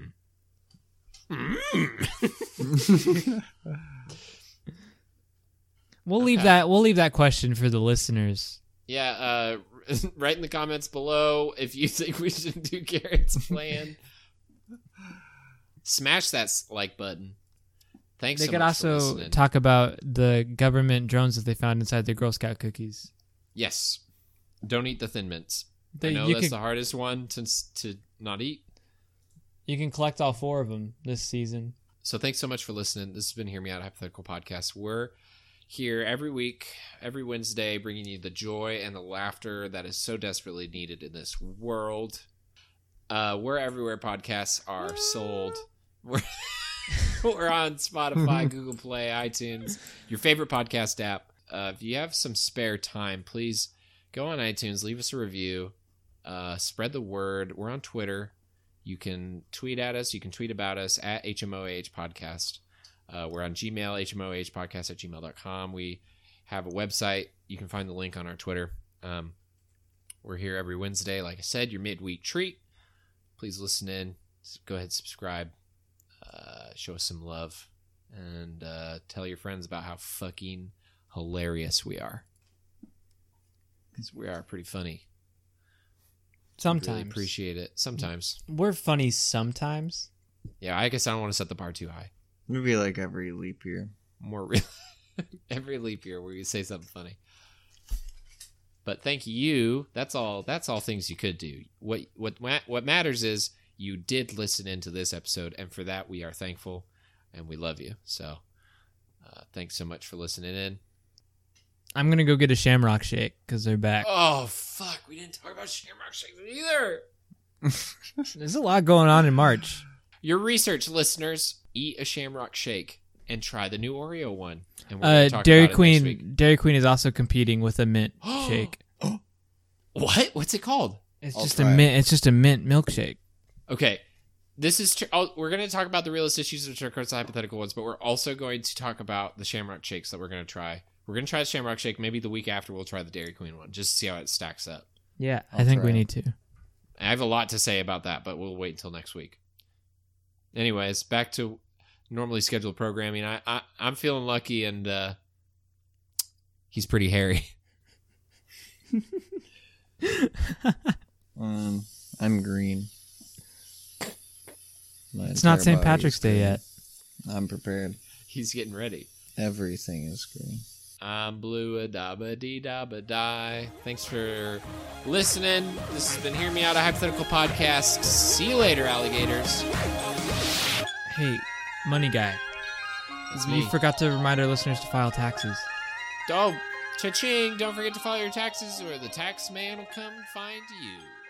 Speaker 1: We'll leave that we'll leave that question for the listeners.
Speaker 2: Yeah, uh, [LAUGHS] write in the comments below if you [LAUGHS] think we should do Garrett's plan. Smash that s- like button. Thanks.
Speaker 1: they
Speaker 2: so
Speaker 1: could
Speaker 2: much for
Speaker 1: also
Speaker 2: listening.
Speaker 1: talk about the government drones that they found inside their Girl Scout cookies.
Speaker 2: Yes, don't eat the thin mints.
Speaker 1: They,
Speaker 2: I know
Speaker 1: you
Speaker 2: that's
Speaker 1: can
Speaker 2: the hardest one to s- to not eat.
Speaker 1: you can collect all four of them this season.
Speaker 2: So thanks so much for listening. This has been Hear Me Out Hypothetical Podcast. We're here every week, every Wednesday, bringing you the joy and the laughter that is so desperately needed in this world. Uh, we're everywhere podcasts are sold. [LAUGHS] We're, we're on Spotify, Google Play, iTunes, your favorite podcast app. Uh, if you have some spare time, please go on iTunes, leave us a review, uh, spread the word. We're on Twitter. You can tweet at us. You can tweet about us at HMOH Podcast. Uh, we're on Gmail, HMOH Podcast at gmail.com. We have a website. You can find the link on our Twitter. Um, we're here every Wednesday. Like I said, your midweek treat. Please listen in. S- Go ahead, subscribe. Uh, show us some love. And uh, tell your friends about how fucking hilarious we are. Because we are pretty funny. We
Speaker 1: Sometimes
Speaker 2: Really appreciate it. Sometimes.
Speaker 1: we're funny sometimes.
Speaker 2: Yeah, I guess I don't want to set the bar too high.
Speaker 3: It'll be like every leap year.
Speaker 2: More real. [LAUGHS] Every leap year where you say something funny. But thank you. That's all. That's all things you could do. What what ma- what matters is you did listen into this episode, and for that we are thankful, and we love you. So, uh, thanks so much for listening in.
Speaker 1: I'm gonna go get a Shamrock Shake because they're back.
Speaker 2: Oh fuck, we didn't talk about Shamrock Shakes either.
Speaker 1: There's a lot going on in March.
Speaker 2: Your research, listeners, eat a Shamrock Shake and try the new Oreo one. And we're
Speaker 1: Uh,
Speaker 2: gonna talk
Speaker 1: Dairy
Speaker 2: about it next week.
Speaker 1: Queen. Dairy Queen is also competing with a
Speaker 2: [GASPS]
Speaker 1: mint shake.
Speaker 2: What? What's it called?
Speaker 1: It's
Speaker 3: I'll
Speaker 1: just a
Speaker 3: try it.
Speaker 1: mint. It's just a mint milkshake.
Speaker 2: Okay. This is tr- oh, we're going to talk about the realist issues, which are of course the hypothetical ones, but we're also going to talk about the Shamrock Shakes that we're going to try. We're going to try the Shamrock Shake. Maybe the week after we'll try the Dairy Queen one, just to see how it stacks up.
Speaker 1: Yeah, i
Speaker 3: I'll
Speaker 1: think
Speaker 3: try
Speaker 1: we
Speaker 3: it.
Speaker 1: need to.
Speaker 2: I have a lot to say about that, but we'll wait until next week. Anyways, back to normally scheduled programming. I, I I'm feeling lucky, and uh, he's pretty hairy. [LAUGHS]
Speaker 3: Um, I'm green. My
Speaker 1: It's not
Speaker 3: entire
Speaker 1: St.
Speaker 3: body
Speaker 1: Patrick's
Speaker 3: is
Speaker 1: Day
Speaker 3: green.
Speaker 1: yet.
Speaker 3: I'm prepared.
Speaker 2: he's getting ready.
Speaker 3: Everything is green.
Speaker 2: I'm blue a dabba dee dabba die. Thanks for listening. This has been Hear Me Out, a hypothetical podcast. See you later, alligators.
Speaker 1: Hey, money guy,
Speaker 2: It's
Speaker 1: you
Speaker 2: me.
Speaker 1: forgot to remind our listeners to file taxes.
Speaker 2: oh, cha-ching! Don't forget to file your taxes, or the tax man will come find you.